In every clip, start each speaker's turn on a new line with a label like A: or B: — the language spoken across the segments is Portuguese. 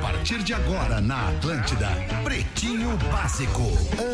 A: partir de agora na Atlântida. Pretinho Básico,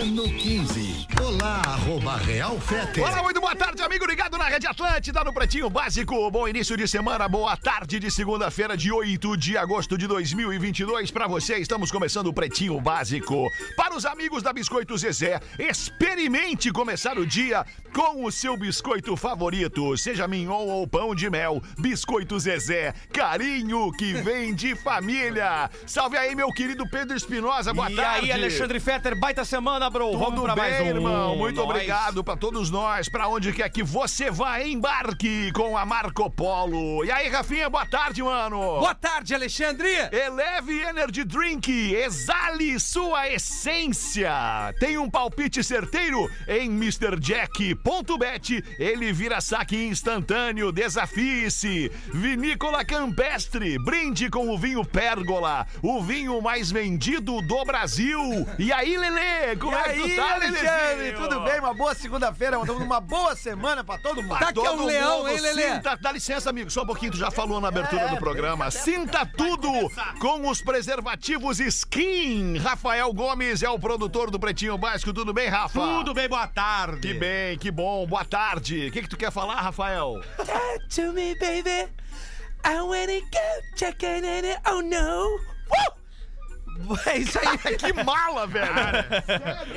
A: ano 15. Olá, arroba Real Fete.
B: Olá, muito boa tarde, amigo ligado na Rede Atlântida, no Pretinho Básico. Bom início de semana, boa tarde de segunda-feira, de 8 de agosto de 2022. Para você, estamos começando o Pretinho Básico. Para os amigos da Biscoito Zezé, experimente começar o dia com o seu biscoito favorito, seja mignon ou pão de mel. Biscoito Zezé, carinho que vem de família. Salve aí, meu querido Pedro Espinosa, boa
C: e
B: tarde.
C: aí, Alexandre Fetter, baita semana, bro. Vamos
B: Tudo
C: pra mais
B: bem,
C: um.
B: irmão? Muito
C: Nós.
B: obrigado pra todos nós. Pra onde quer que você vá, embarque com a Marco Polo. E aí, Rafinha, boa tarde, mano.
C: Boa tarde, Alexandre.
B: Eleve Energy Drink, exale sua essência. Tem um palpite certeiro em MrJack.bet. Ele vira saque instantâneo, desafie-se. Vinícola Campestre, brinde com o vinho Pérgola, o vinho mais vendido do Brasil. E aí, Lelê, como
D: E
B: é que
D: aí,
B: tu tá,
D: Alexandre,
B: Lelezinho?
D: tudo bem? Uma boa segunda-feira, mandamos uma boa semana pra todo mundo.
C: Tá aqui é um
B: Todo
C: leão,
B: mundo
C: hein, Lelê?
B: Sinta, dá licença, amigo, só um pouquinho, tu já falou na abertura
D: É,
B: do programa. Sinta tudo com os preservativos Skin. Rafael Gomes é o produtor do Pretinho Básico, tudo bem, Rafa?
E: Tudo bem, boa tarde.
B: Que bem, que bom, boa tarde. O que, que tu quer falar, Rafael?
F: to me, baby. I wanna go checking in it. Oh no! Woo!
C: É isso aí.
B: que mala, velho.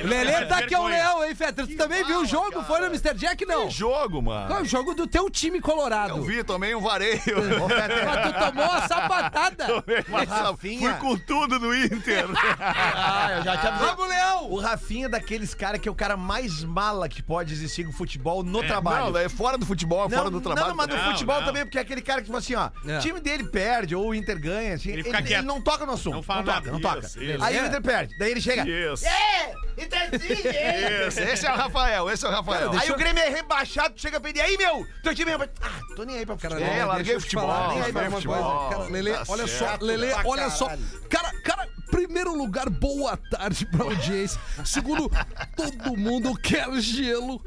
C: Lelê tá aqui é um
E: vergonha.
C: leão, hein, Fetter? Tu também viu o jogo? Foi no Mr. Jack, não?
B: Que jogo,
C: Foi
B: mano.
C: o jogo do teu time
B: Eu
C: colorado.
B: vi, tomei um vareio.
C: Mas tu tomou a sapatada.
B: Mas, Fui com tudo no Inter.
D: Ah, eu já te avisei.
C: Vamos, leão.
D: O Rafinha é daqueles caras que é o cara mais mala que pode existir no futebol no trabalho.
B: Não, é fora do futebol, é fora do trabalho.
D: Não, mas no
E: Não,
D: futebol
E: não.
D: também, porque é aquele cara que, tipo assim, ó,
C: É.
D: o time dele perde ou o Inter ganha, assim,
E: Ele
D: ele,
E: fica
D: ele
E: quieto.
D: não toca no assunto.
E: Não fala
D: toca,
E: nada.
D: não toca.
E: Isso, isso.
D: Aí o Inter perde, daí ele chega.
B: Isso.
D: É, Interzinho, é.
B: Esse, esse é o Rafael, esse é o Rafael.
D: Aí o Grêmio é rebaixado, tu chega pra ele, aí, meu, teu time é rebaixado. Ah, tô nem aí pra ficar
C: Cara,
B: É,
C: Lelê,
B: larguei
C: deixa eu
B: o
C: te
B: futebol,
C: falar,
D: larguei
C: falar
D: o
C: uma
B: futebol.
C: coisa. é, Cara, Lelê,
B: Tá
C: olha
B: certo.
C: só, Lelê,
D: Pra
C: olha só.
D: caralho.
C: Cara, cara, primeiro lugar, boa tarde pra audiência. Segundo, todo mundo quer gelo,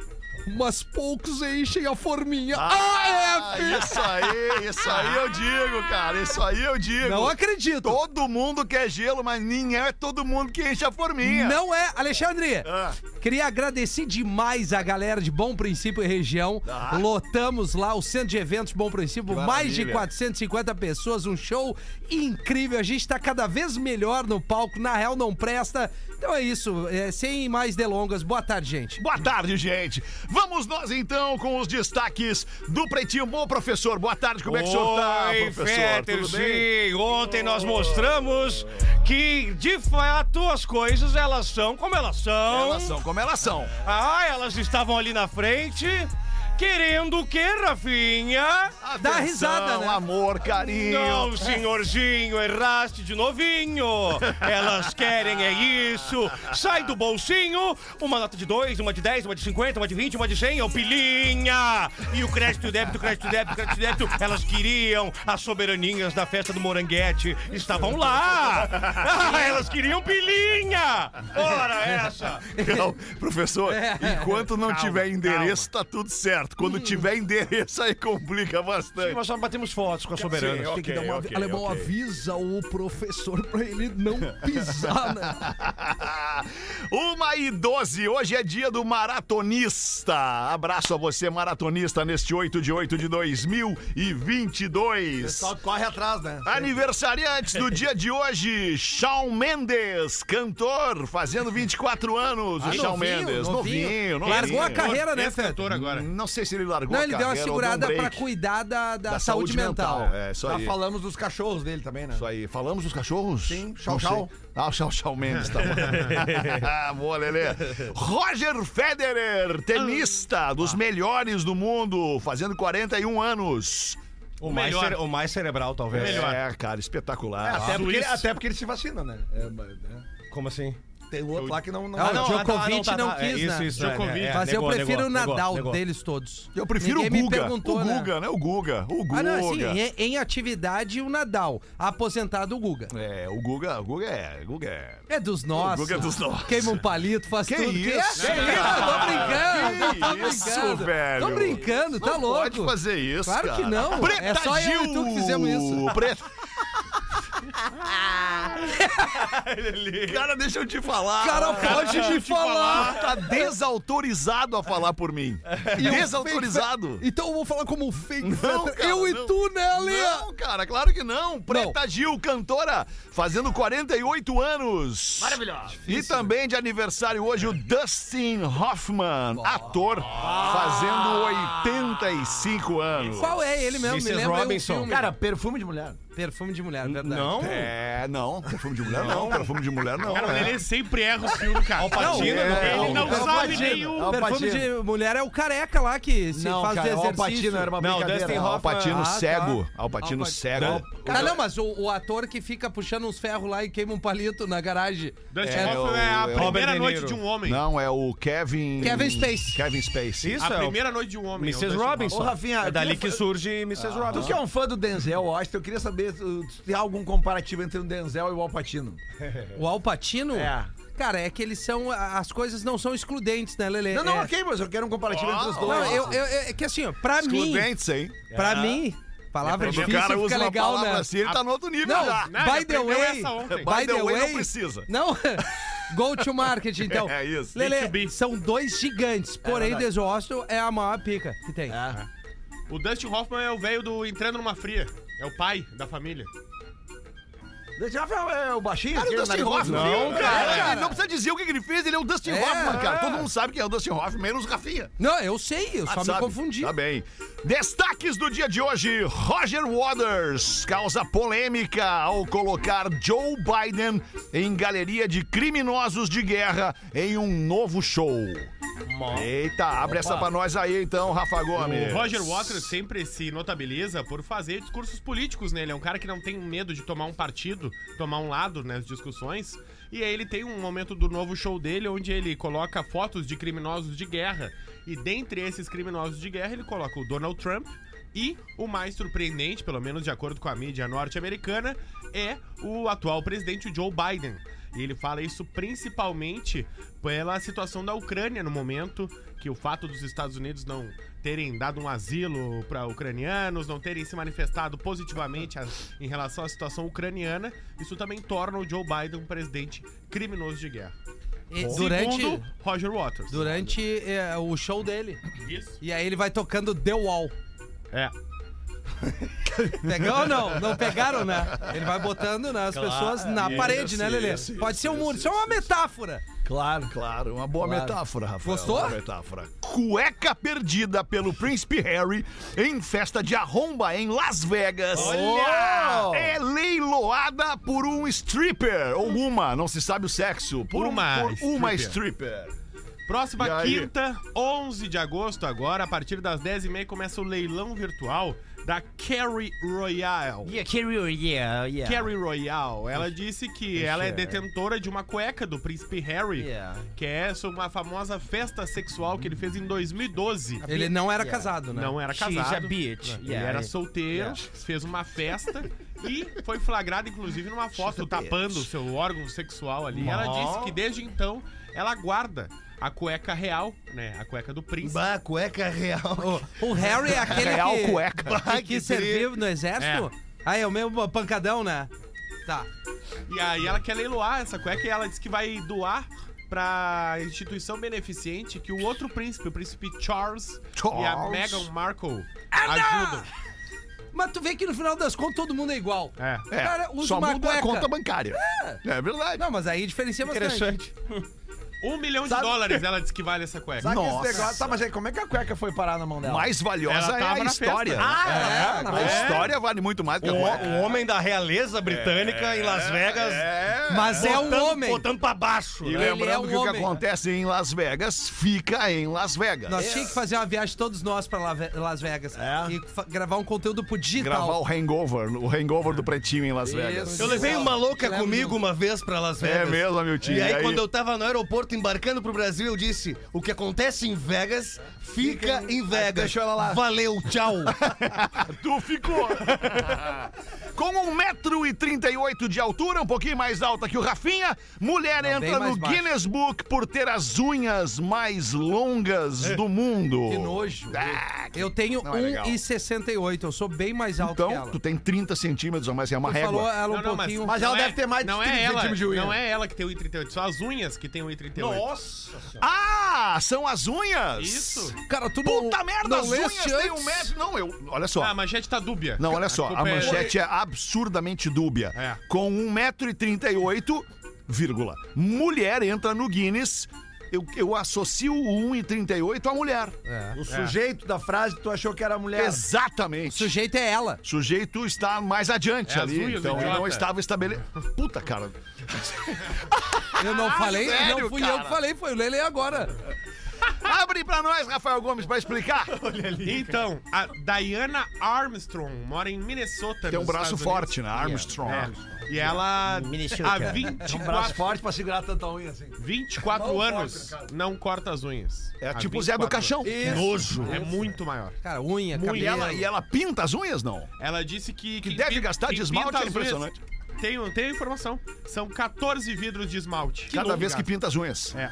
C: mas poucos enchem a forminha. Ah,
B: Ah,
C: é, filho!
B: Isso aí, isso aí eu digo, cara. Isso aí eu digo.
C: Não acredito.
B: Todo mundo quer gelo, mas nem é todo mundo que enche a forminha.
C: Não é, Alexandre.
B: Ah.
C: Queria agradecer demais a galera de Bom Princípio e região.
B: Ah.
C: Lotamos lá o centro de eventos Bom Princípio,
B: Que
C: mais de
B: maravilha.
C: 450 pessoas, um show incrível. A gente tá cada vez melhor no palco, na real não presta. Então é isso, é, sem mais delongas. Boa tarde, gente.
B: Boa tarde, gente. Vamos nós então com os destaques do Pretinho. Bom, professor, boa tarde. Como é que o senhor tá,
E: Oi,
B: professor?
E: Fetter,
B: Tudo bem?
E: sim. Ontem nós mostramos que, de fato, as coisas elas são como elas são.
B: Elas são como elas são.
E: Ah, elas estavam ali na frente, querendo o quê, Rafinha?
B: Atenção,
C: Dá
B: ah,
C: risada, né?
B: amor, carinho.
E: Não, senhorzinho, erraste de novinho. Elas querem é isso. Sai do bolsinho, uma nota de dois, uma de 10, uma de 50, uma de 20, uma de 100, é o pilinha. E o crédito e o débito, crédito e o débito, crédito e o débito. Elas queriam as soberaninhas da festa do Moranguete. Estavam lá. Ah, elas queriam pilinha. Ora essa.
B: Não, professor,
C: É.
B: enquanto não
E: Calma, Hum.
B: tiver endereço, tá tudo certo. Quando tiver endereço, aí complica bastante.
E: Nós só batemos fotos com as soberanas.
B: Sim,
C: Tem que
B: ok,
C: dar uma
B: ok,
C: alemão
B: ok.
C: avisa o professor pra ele não pisar, né?
B: Uma e 12, hoje é dia do maratonista. Abraço a você, maratonista, neste 8 de 8 de 2022.
D: Só corre atrás, né?
B: Aniversariantes do dia de hoje, Shawn Mendes, cantor, fazendo 24 anos. o Shawn
C: Ah, novinho,
B: Mendes,
C: novinho.
B: novinho, novinho.
C: Largou a carreira, né,
E: Esse é
C: Feto?
E: cantor agora.
B: Não sei se ele largou
C: Não,
B: a
C: ele deu uma
B: carreira ou
C: segurada
B: deu um
C: pra
B: break
C: cuidar da, da
B: da
C: saúde, mental.
B: É, isso
D: Já
B: aí.
D: falamos Tá dos cachorros dele também, né?
B: Isso aí. Falamos dos cachorros?
D: Sim, tchau,
B: Não sei.
D: tchau.
B: Ah, o tchau, tchau Mendes, tá bom. Boa, Lelê. Roger Federer,
C: Ah.
B: tenista dos melhores do mundo, fazendo 41 anos.
E: O mais,
C: melhor.
E: cere- o mais cerebral, talvez.
B: É, cara, espetacular. Ah.
D: Até porque, ele,
E: Suíço.
D: até porque ele se vacina, né? É, mas, né?
E: Como assim?
D: Tem o outro lá que não. não,
C: Ah,
D: não. tá, É,
C: não. Djokovic não quis,
E: isso,
C: né?
E: Isso,
C: Djokovic.
B: É,
C: Mas eu prefiro o Nadal deles todos.
B: Eu prefiro
C: Ninguém
B: o Guga.
C: Me perguntou,
B: o
C: né?
B: Guga, né? O Guga. O Guga.
C: Ah, não, assim, em, em atividade o Nadal, aposentado o Guga.
B: É, o Guga, o Guga é, o Guga é.
C: É dos nossos.
B: Guga é dos nossos.
C: Queima um palito, faz
B: Que
C: tudo.
B: isso,
C: que é?
B: cara?
C: isso? Tô brincando.
B: Que
C: tô
B: isso,
C: brincando.
B: velho?
C: Tô brincando, tá
B: Não
C: louco.
B: Pode fazer isso.
C: Claro que
B: cara.
C: não.
B: Preta
C: É só eu e
B: Gil.
C: tu que fizemos isso.
B: Preta... Cara, deixa eu te falar.
G: Cara, pode
H: deixa eu
G: me
H: te
G: falar.
H: falar.
B: tá desautorizado a falar por mim.
G: E
C: É um
G: o
B: Desautorizado.
G: fake- Então eu vou falar como fake
B: Não,
G: fetter.
B: cara,
G: eu e
B: não.
G: tu, né, Lê?
B: Não, cara, claro que não. Preta Gil, cantora, fazendo 48 anos. Maravilhosa. E também de aniversário hoje o Dustin Hoffman, ator, fazendo 85 anos.
C: Qual é ele mesmo?
H: Mrs.
C: Me lembra aí um
H: Robinson.
C: filme.
D: Cara, perfume de mulher.
C: Perfume de mulher, verdade.
H: Não.
B: É, não, perfume de mulher não, perfume de mulher não.
E: um? Cara, o
B: né?
E: Lelê sempre erra os filmes, cara.
H: Patina,
B: não,
E: ele
B: não,
E: não,
B: não.
E: sabe
D: Patina,
E: nem é, o...
D: não. Al
C: Perfume
D: Pacino.
C: de mulher é o careca lá que se faz
D: cara, é o
C: exercício.
D: Al Pacino era uma
H: Não,
D: brincadeira.
H: Dustin
B: Al Patino
C: Ah, tá.
B: cego. Al Patino
C: Al Pacino.
B: cego.
C: Cara, Ah, não, mas o, o ator que fica puxando uns ferros lá e queima um palito na garagem.
E: Dustin
B: É,
E: Hoffman
B: o-
E: é a
B: é o
E: primeira
H: Robert De
E: noite
H: Niro.
E: de um homem.
B: Não, é o Kevin.
C: Kevin Spacey.
B: Kevin Spacey.
H: Isso
E: A
H: é o
E: primeira noite de um homem. é o Ah,
H: Mrs.
E: Dustin
H: Robinson.
D: Ô, Rafinha,
H: é
D: eu
H: dali
D: queria
H: que
D: fa-
H: surge Mrs.
D: Tu
H: Robinson.
D: que é um fã do Denzel Washington, eu queria saber uh, se tem algum comparativo entre o Denzel e o Alpatino.
C: O Alpatino?
D: É.
C: Cara, é que eles são. As coisas não são excludentes, né, Lele?
D: Não, não,
C: é.
D: ok, mas eu quero um comparativo entre os dois.
C: Não, eu, eu- é que assim, ó, pra mim.
B: Excludentes, hein?
C: Pra mim, palavra
B: Quando É, o
C: difícil
B: cara usa
C: fica
B: uma
C: legal,
B: palavra
C: né?
B: assim, ele tá no outro nível
C: Não,
B: já.
E: Não,
C: by
E: ele
C: the
E: aprendeu
C: way.
E: essa ontem.
C: By the way.
B: não precisa.
C: Não, go to market, então.
B: É isso.
C: Lele,
E: B2B.
C: são dois gigantes, porém,
D: verdade.
C: Desócio é a maior pica que tem.
E: O Dustin Hoffman é o velho do Entrando Numa Fria. É o pai da família.
D: Deixa eu ver, é o baixinho?
C: assim,
B: Cara, o
C: né?
D: aquele
B: Dustin
D: narigudo?
B: Hoffman.
E: Não,
B: cara. Ele não Então precisa dizer o que que ele fez, ele é o Dustin Hoffman, cara. Todo mundo sabe quem é o Dustin Hoffman, menos o Rafinha.
C: Não, eu sei, eu Ah. só
B: Ah, sabe?
C: me confundi.
B: Tá bem. Destaques do dia de hoje. Roger Waters causa polêmica ao colocar Joe Biden em galeria de criminosos de guerra em um novo show. Eita, abre essa pra nós aí então, Rafa Gomes.
E: O é. Roger Waters sempre se notabiliza por fazer discursos políticos, né? Ele é um cara que não tem medo de tomar um partido, tomar um lado nas discussões. E aí ele tem um momento do novo show dele onde ele coloca fotos de criminosos de guerra. E dentre esses criminosos de guerra, ele coloca o Donald Trump e o mais surpreendente, pelo menos de acordo com a mídia norte-americana, é o atual presidente o Joe Biden. E ele fala isso principalmente pela situação da Ucrânia no momento, que o fato dos Estados Unidos não terem dado um asilo para ucranianos, não terem se manifestado positivamente a- em relação à situação ucraniana, isso também torna o Joe Biden um presidente criminoso de guerra.
C: E durante
E: Segundo Roger Waters.
C: durante é, o show dele.
E: Isso.
C: E aí ele vai tocando The Wall.
E: É.
C: Pegou ou não? Não pegaram, né? Ele vai botando né, as pessoas na parede, né, Lelê? Pode ser um muro, isso é uma metáfora.
D: Claro.
B: Claro, uma boa metáfora, Rafael.
C: Gostou?
B: Uma metáfora. Cueca perdida pelo príncipe Harry em festa de arromba em Las Vegas. Olha! É leiloada por um stripper. Ou uma, não se sabe o sexo. Por
E: Uma
B: um, por uma stripper. E
E: Próxima
B: aí?
E: quinta, 11 de agosto, agora, a partir das 10h30, começa o leilão virtual da Carrie Royale.
C: Yeah, carry yeah, yeah.
E: Carrie Royale, ela disse que ela é detentora de uma cueca do príncipe Harry,
C: Yeah.
E: que é essa uma famosa festa sexual que ele fez em 2012.
C: Ele não era casado, né?
E: Não era
C: She's
E: casado.
C: a bitch.
E: Ele
C: Yeah.
E: era solteiro, fez uma festa e foi flagrado, inclusive, numa foto tapando o seu órgão sexual ali. Ela disse que desde então ela guarda a cueca real, né? A cueca do príncipe.
D: Bah, cueca real.
C: O, o Harry é aquele
B: Real
C: que,
B: cueca.
C: que, que serviu no exército? Ah, é o mesmo pancadão, né? Tá.
E: E aí ela quer leiloar essa cueca e ela disse que vai doar pra instituição beneficente que o outro príncipe, o príncipe Charles, e a
B: Charles.
E: Meghan Markle
H: Ah,
E: ajudam.
C: Mas tu vê que no final das contas todo mundo é igual.
E: É.
B: É,
C: Cara, usa
B: só
C: uma
B: muda a
C: cueca.
B: conta bancária. É, verdade.
C: Não, mas aí diferencia bastante.
H: Interessante.
E: Um milhão de
D: Sabe-
E: dólares ela disse que vale essa cueca.
D: Sabe
B: Nossa.
D: Nossa. esse negócio? Tá, mas aí como é que a cueca foi parar na mão dela?
B: Mais valiosa
E: Ela
B: é
E: tava
B: a
E: na
B: história.
E: festa.
B: né?
C: Ah,
B: A história vale muito mais do que
H: O,
B: a cueca.
H: o um homem da realeza britânica em
E: é,
H: Las Vegas.
C: é. Mas é um
H: botando-
C: homem.
H: Botando pra baixo.
B: E
H: né?
C: Ele é
B: lembrando
C: um
B: que o que
C: homem.
B: acontece em Las Vegas fica em Las Vegas.
C: Nós tínhamos que fazer uma viagem todos nós pra Lave- Las Vegas e fa- gravar um conteúdo pro digital.
B: É. Gravar o hangover, o hangover do pretinho em Las Vegas.
H: Eu levei uma louca
E: é um
H: comigo uma vez pra Las
B: É
H: Vegas.
B: mesmo, meu tio.
H: E aí, quando eu tava no aeroporto embarcando pro Brasil, eu disse: o que acontece em Vegas, fica, em Vegas.
D: deixou ela lá.
H: Valeu, tchau.
B: Tu ficou. Com 1,90m 1,38m de altura, um pouquinho mais alta que o Rafinha. Mulher entra no
C: mais baixo.
B: Guinness Book por ter as unhas mais longas do mundo.
C: Que nojo.
B: Ah, que-
C: Eu tenho
B: Não é legal.
C: 1,68. Eu sou bem mais alto que
B: Então,
C: ela.
B: tu tem 30 centímetros a mais, é uma
C: Tu
B: régua.
C: falou ela um
E: Não, não, mas-
C: pouquinho.
E: mas
C: ela
E: Não é- não é ela,
C: de unha.
E: Não é ela que tem 1,38, são as unhas que tem 1,38.
I: Nossa senhora.
B: Ah, são as unhas?
E: Isso.
J: Cara, tu não-
B: Puta merda,
J: não
B: as
J: leste
B: unhas têm um
J: antes?
B: metro. Não, eu. Olha só.
E: Ah, a manchete tá dúbia.
B: Não, olha só, a
E: culpa é-
B: manchete é absurdamente dúbia.
E: É.
B: Com 1,38m, vírgula, mulher entra no Guinness. Eu, eu associo o 1,38 à mulher.
C: É.
D: O sujeito da frase, tu achou que era
E: é.
D: mulher.
C: O
B: Exatamente.
C: sujeito é ela.
B: Sujeito está mais adiante
E: É as
B: ali,
E: unhas,
B: então eu
E: idiota.
B: não estava estabelecido. Puta, cara.
C: Eu não falei,
B: sério,
C: não fui eu
B: cara?
C: que falei, foi o Lele agora.
B: Abre pra nós, Rafael Gomes, pra explicar.
E: Então, a Diana Armstrong mora em Minnesota.
B: Tem um
E: nos
B: braço
E: Estados
B: forte, né? Armstrong.
E: Unidos. E ela,
D: Minnesota.
E: há
D: É um braço
E: 24,
D: forte pra segurar tanta unha assim.
E: 24 anos, não corta as unhas.
B: É,
E: Há
B: tipo o Zé do
E: 24
B: Caixão. Nojo.
E: anos. É muito maior.
C: Cara, unha,
B: E
C: cabelo.
B: ela, e ela pinta as unhas, não?
E: Ela disse que.
B: Que
E: quem
B: deve
E: pin-
B: gastar de
E: quem
B: esmalte é
E: pinta as unhas-
B: impressionante.
E: Tenho, tenho informação. São 14 vidros de esmalte.
B: Cada vez que
E: pinta.
B: pinta as unhas.
E: É.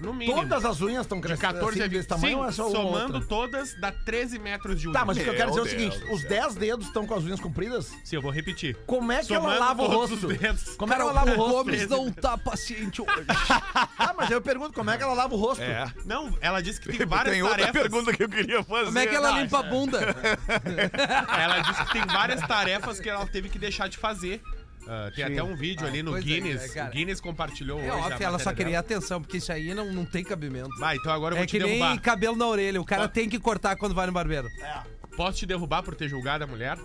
E: No mínimo.
D: Todas as unhas estão
E: de
D: crescendo.
E: 14
D: assim,
E: a
D: desse
E: 20.
D: tamanho
E: Sim,
D: ou é só uma
E: somando
D: outra?
E: todas, dá 13 metros de um. unha.
D: Tá, mas o que eu quero dizer
B: Meu
D: é o seguinte:
B: Deus
D: os
B: do
D: 10 dedos estão com as unhas compridas?
E: Sim, eu vou repetir.
D: Como é que ela
E: Somando
D: lava o
E: todos
D: rosto?
E: os dedos.
D: Como é que
J: Cara,
D: ela lava o
J: o
D: rosto?
J: Gomes não tá paciente hoje.
D: Ah, mas eu pergunto, como é que ela lava o rosto?
E: Não, ela disse que tem várias
B: Tem outra
E: tarefas.
B: pergunta que eu queria fazer.
C: Como é que ela limpa a bunda?
E: Ela disse que tem várias tarefas que ela teve que deixar de fazer. Ah, tem até um vídeo ali no
C: coisa,
E: Guinness.
C: é, cara.
E: o Guinness compartilhou hoje.
C: É
E: a
C: óbvio, ela
E: matéria
C: só queria
E: dela.
C: atenção, porque isso aí não, não tem cabimento.
E: Vai, então agora eu vou
C: É
E: te
C: que nem
E: derrubar.
C: cabelo na orelha, o cara tem que cortar quando vai no barbeiro.
E: Posso te derrubar por ter julgado a mulher?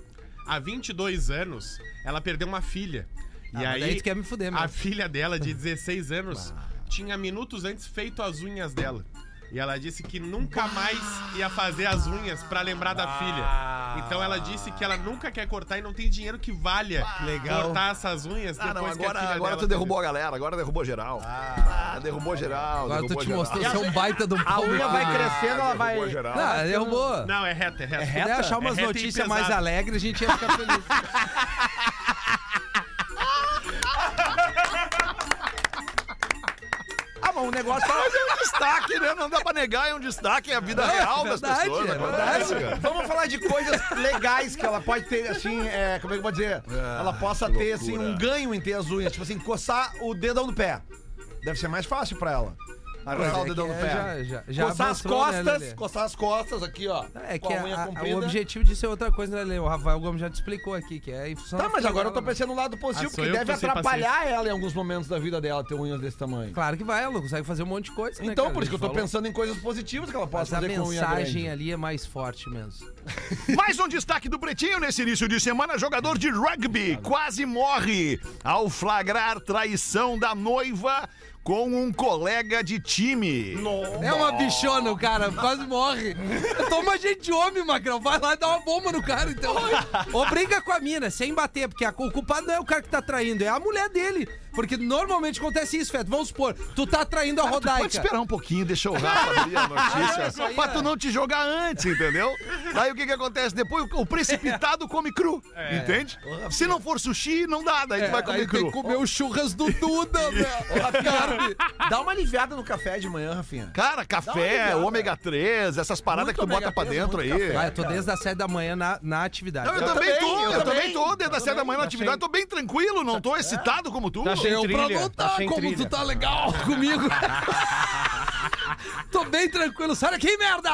E: Há 22 anos, ela perdeu uma filha.
C: Ah,
E: E
C: mas
B: é
C: daí
E: aí,
C: tu quer me fuder
E: a
C: mesmo.
E: filha dela, de 16 anos, tinha minutos antes feito as unhas dela. E ela disse que nunca mais ia fazer as unhas pra lembrar da filha. Então ela disse que ela nunca quer cortar e não tem dinheiro que valha cortar essas unhas
B: Ah, não,
E: depois que a
B: agora,
E: filha
B: agora
E: dela
B: tu derrubou a galera, agora derrubou geral. Ah, derrubou geral.
C: Agora tu
B: derrubou
C: te
B: geral. Ah,
C: mostrou ser um baita de um
D: A
C: pau
D: unha
C: no
D: vai
C: cu.
D: crescendo, ela vai.
B: Derrubou geral.
C: Ah, derrubou.
E: Não, é reta, é reta.
C: Se puder achar umas
E: É reta e
C: notícias
E: pesada.
C: mais alegres, a gente ia ficar feliz.
D: Ah, mas o negócio tá.
B: Mas é um destaque, né? Não dá pra negar, é um destaque, é a vida real das
C: verdade,
B: pessoas.
C: é
B: acontece, cara.
D: Vamos falar de coisas legais que ela pode ter, assim, é, como é que eu vou dizer? ela possa ter, assim, um ganho em ter as unhas. Tipo assim, coçar o dedão do pé. Deve ser mais fácil pra ela. Arrancar
C: Mas é
D: o dedão
C: que
D: do
C: é,
D: pé.
C: já- já- já
D: coçar as
C: mostrou, né,
D: costas,
C: Lelê?
D: coçar as costas aqui, ó.
C: É
D: com
C: que
D: a unha
C: a- a-
D: comprida.
C: o objetivo disso é outra coisa, né, Lê? O Rafael Gomes já te explicou aqui, que é em função
D: Tá,
C: da
D: mas
C: filha
D: agora eu
C: dela,
D: tô
C: né?
D: pensando no lado positivo,
E: Ah, sou
D: porque
E: eu que
D: deve
E: tô sem
D: atrapalhar ela em alguns momentos da vida dela ter unhas desse tamanho.
C: Claro que vai, ela não consegue fazer um monte de coisa. né,
D: Então,
C: cara?
D: por isso que eu tô
C: Falou.
D: pensando em coisas positivas que ela
C: Mas
D: possa
C: a
D: fazer com um unha
C: mensagem
D: grande.
C: ali é mais forte mesmo.
B: Mais um destaque do Pretinho nesse início de semana. Jogador de rugby quase morre ao flagrar traição da noiva com um colega de time.
C: É uma bichona o cara, quase morre. Toma gente de homem, Magrão. Vai lá e dá uma bomba no cara, então. Ou briga com a mina, sem bater, porque a- o culpado não é o cara que tá traindo, é a mulher dele. Porque normalmente acontece isso, Feto. Vamos supor, tu tá traindo a
B: Ah, tu pode
C: Rodaica.
B: esperar um pouquinho, deixa o Rafa abrir a
C: Ah,
B: notícia.
C: isso aí,
B: pra
C: é.
B: tu não te jogar antes, entendeu? Aí o que que acontece? Depois o precipitado come cru, entende? Se não for sushi, não dá, daí tu vai comer
C: Aí É, tem
B: cru.
C: que comer o churras do Duda,
D: Ô,
C: velho.
D: Rafinha, dá uma aliviada no café de manhã, Rafinha.
B: Cara, café,
D: Dá uma olhada.
B: ômega 3, essas paradas
D: Muito
B: que tu bota
D: ômega
B: pra
D: 3,
B: dentro aí.
D: muito café.
C: Ah, eu tô desde as 7 da manhã na, na atividade.
B: É,
C: Tá?
B: Não, eu,
D: Eu
B: também,
D: também,
B: tô, eu,
D: eu
B: também
D: também,
B: tô, desde as sete da manhã na
D: tá
B: atividade, tô
D: cheio.
B: bem tranquilo, não tô excitado como tu.
I: Tá cheio.
C: Eu pra
I: trilha,
C: notar
I: tá sem
C: como
I: trilha.
C: tu tá legal comigo. Tô bem tranquilo. Sai daqui, merda!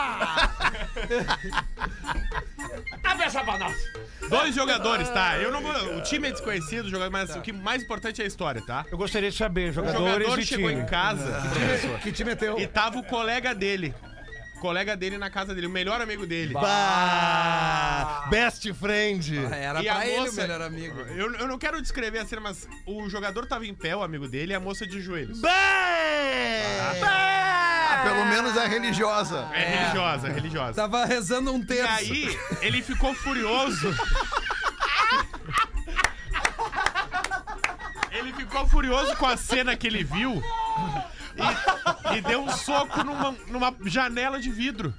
E: Dois jogadores, tá? Eu não vou. O time é desconhecido, jogador, mas o que mais importante é a história, tá?
I: Eu gostaria de saber,
E: O
I: jogadores
E: jogador
I: e
E: chegou
I: time.
E: em casa professor,
D: Que te meteu.
E: e tava o colega dele. O colega dele na casa dele, o melhor amigo dele.
I: Bah, best friend.
C: Era
E: E a
C: pra ele o
E: moça-
C: melhor amigo.
E: Eu, eu não quero descrever a cena, mas o jogador tava em pé, o amigo dele, e a moça de joelhos.
B: Ah, pelo menos é religiosa.
E: É religiosa, é religiosa.
C: Tava rezando um
E: E
C: terço.
E: aí, ele ficou furioso. Ele ficou furioso com a cena que ele viu e, e deu um soco numa, numa janela de vidro.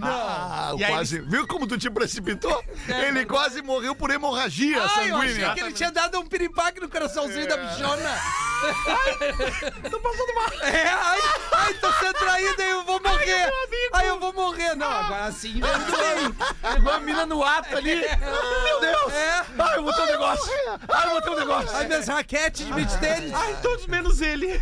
B: Ah,
K: E aí
B: quase. Viu como tu te precipitou? ele quase morreu por hemorragia
C: Ah, eu
B: sanguínea.
C: achei que ele tinha dado um piripaque no coraçãozinho da bichona. tô passando mal. É, ai, ai, tô sendo traído, aí eu vou morrer. Ai, eu vou morrer. Não, agora assim, tudo bem.
D: Pegou a mina no ato ali. Meu Deus!
C: É,
D: Ai, eu botei um negócio! Ai, eu botei um negócio!
C: as minhas raquetes de beach tênis.
K: Ai, todos menos ele.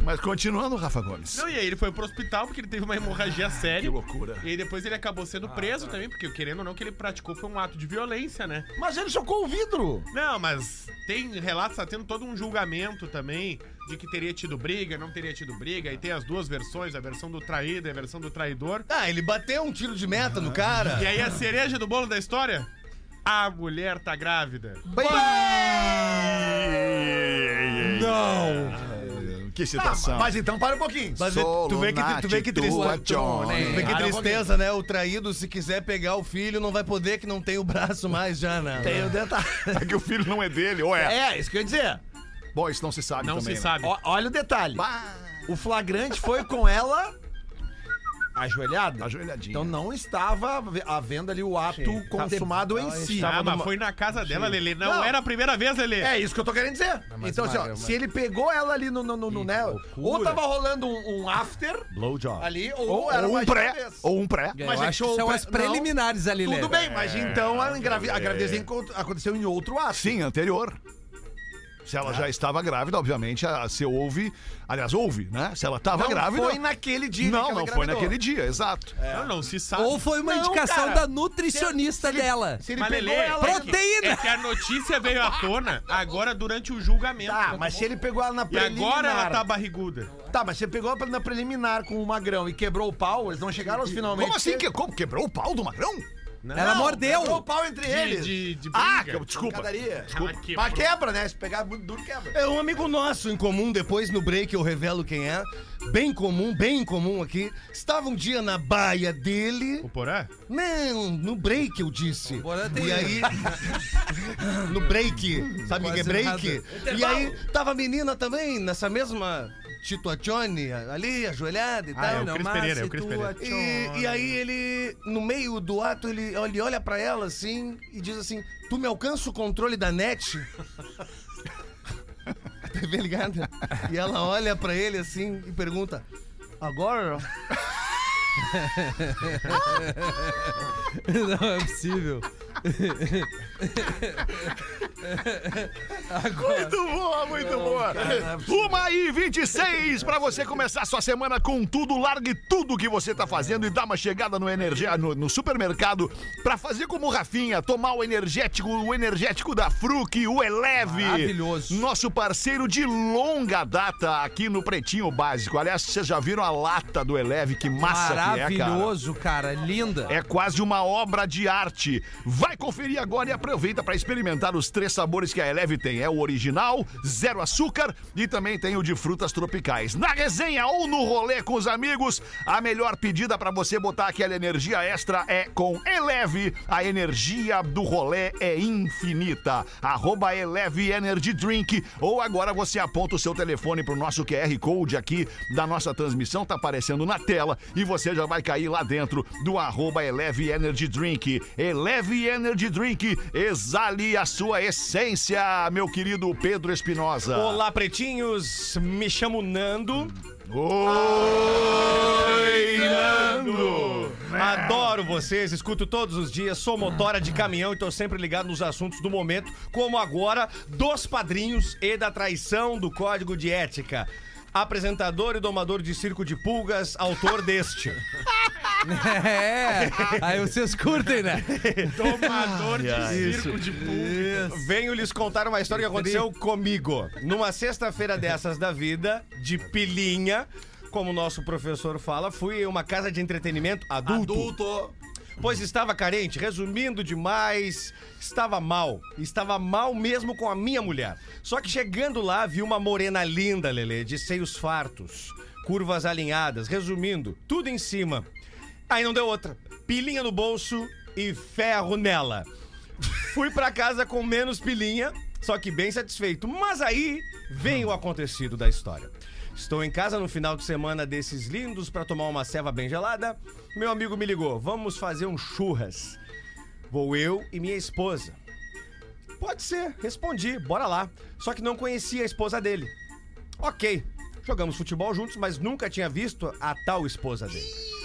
B: Mas continuando, Rafa Gomes.
K: Não, e aí ele foi pro hospital porque ele teve uma
D: Ah,
K: hemorragia séria.
B: loucura.
K: E aí depois ele acabou sendo
D: tá.
K: preso também, porque querendo ou não, o que ele praticou foi um ato de violência, né?
D: Mas ele chocou o vidro!
K: Não, mas tem relatos, tá tendo todo um julgamento também de que teria tido briga, não teria tido briga, e tem as duas versões, a versão do traído e a versão do traidor.
L: Ah, ele bateu um tiro de meta no cara.
K: E aí a cereja do bolo da história? A mulher tá grávida.
B: Que situação.
D: Mas então para um pouquinho.
L: Mas vê- tu vê que, tu vê que, tristeza, tu vê que tristeza, né? O traído, se quiser pegar o filho, não vai poder, que não tem o braço mais já, né?
D: Tem o detalhe.
B: É que o filho não é dele, ou é?
D: É, isso que eu ia dizer.
B: Bom, isso não se sabe
K: Não
B: também.
K: se
B: né? Ah.
K: sabe.
D: Ó, olha o detalhe. O flagrante foi com ela ajoelhada.
B: Ajoelhadinha.
D: Então não estava havendo ali o ato consumado em si.
K: Ah, mas foi na casa dela, Lelê. Não,
D: Não.
K: era a primeira vez, Lelê.
D: É isso que eu tô querendo dizer. então, assim, ó, se ele pegou ela ali no. no, no, no né, ou tava rolando um, um after
L: Blowjob.
D: ali, ou,
B: Ou,
D: era
B: ou
D: mais
B: um
D: de uma
B: pré,
D: vez.
B: ou um pré.
C: eu acho que são as preliminares ali,
D: Tudo
C: Lelê.
D: bem, mas então a, engravi... a gravidez encont- aconteceu em outro ato.
B: É. Sim, anterior. Se
D: É.
B: ela já estava grávida, obviamente, a, se houve. Aliás, houve, né? Se ela estava
D: Não
B: grávida.
D: foi naquele dia.
B: Não,
D: que
B: não
D: ela
B: foi
D: engravidou. É.
B: naquele dia, exato.
K: Não, não se sabe.
C: Ou foi uma
D: Não,
C: indicação
D: cara.
C: da nutricionista dela.
D: Se ele
K: Mas,
D: pegou
K: Lelê,
D: ela.
C: Proteína.
K: É que a notícia veio à tona agora durante o julgamento.
D: Tá, mas se ele pegou ela na
K: E
D: preliminar.
K: agora ela tá barriguda.
D: Tá, mas você pegou ela na preliminar com o Magrão e quebrou o pau, eles não chegaram aos finalmente.
B: Como assim? Que, como? Quebrou o pau do magrão?
C: Ela mordeu.
D: Quebrou o pau entre
K: De,
D: eles.
K: de, de
B: Ah,
K: briga.
B: que- desculpa.
D: Pancadaria.
K: Ela quebrou.
D: Mas quebra, né? Se pegar muito duro, quebra.
L: É um amigo nosso em comum, depois no break eu revelo quem é. Bem comum, bem comum aqui. Estava um dia na baia dele.
K: O Porã?
L: Não, no break eu disse.
C: Porã tem-
L: E aí. no break. Sabe o que é
C: Quase
L: break?
C: nada.
L: E aí tava a menina também, nessa mesma Tito Johnny, ali, ajoelhada e
K: Ah, é
L: tal.
K: o Cris Pereira, é o Cris Pereira.
L: E, e aí ele, no meio do ato, ele, ele olha pra ela assim e diz assim: Tu me alcança o controle da net? A
D: Tá
L: TV ligada. E ela olha pra ele assim e pergunta: Agora?
C: Não é possível.
B: Muito boa, muito boa.
C: é
B: Uma e 26 pra você começar sua semana com tudo. Largue tudo que você tá fazendo e dá uma chegada no, energia, no, no supermercado pra fazer como o Rafinha, tomar o energético, o energético da Fruc, o Eleve.
C: Maravilhoso.
B: Nosso parceiro de longa data aqui no Pretinho Básico. Aliás, vocês já viram a lata do Eleve, que massa que é, cara.
C: Maravilhoso, cara. Linda.
B: É quase uma obra de arte. Vai conferir agora e aproveita para experimentar os três sabores que a Eleve tem. É o original, zero açúcar e também tem o de frutas tropicais. Na resenha ou no rolê com os amigos, a melhor pedida para você botar aquela energia extra é com Eleve. A energia do rolê é infinita. Arroba Eleve Energy Drink ou agora você aponta o seu telefone pro nosso QR Code aqui da nossa transmissão, tá aparecendo na tela e você já vai cair lá dentro do arroba Eleve Energy Drink. Eleve Energy Drink, exale a sua essência, meu querido Pedro Espinosa.
E: Olá, pretinhos. Me chamo Nando.
B: Oi,
E: Adoro vocês, escuto todos os dias, sou motora de caminhão e tô sempre ligado nos assuntos do momento, como agora, dos padrinhos e da traição do código de ética. Apresentador e domador de circo de pulgas, autor deste.
C: É, aí vocês curtem, né?
K: Tomador de circo de pulga.
E: Venho lhes contar uma história que aconteceu comigo. Numa sexta-feira dessas da vida, de pilinha, como o nosso professor fala, fui em uma casa de entretenimento adulto. pois estava carente, resumindo demais, estava mal. Estava mal mesmo com a minha mulher. Só que chegando lá, vi uma morena linda, Lelê, de seios fartos, curvas alinhadas, resumindo, tudo em cima. Aí não deu outra. Pilinha no bolso e ferro nela. Fui pra casa com menos pilinha, só que bem satisfeito. Mas aí vem o acontecido da história. Estou em casa no final de semana desses lindos para tomar uma ceva bem gelada. Meu amigo me ligou, vamos fazer um churras. Vou eu e minha esposa. Pode ser, respondi, bora lá. Só que não conhecia a esposa dele. Ok, jogamos futebol juntos, mas nunca tinha visto a tal esposa dele.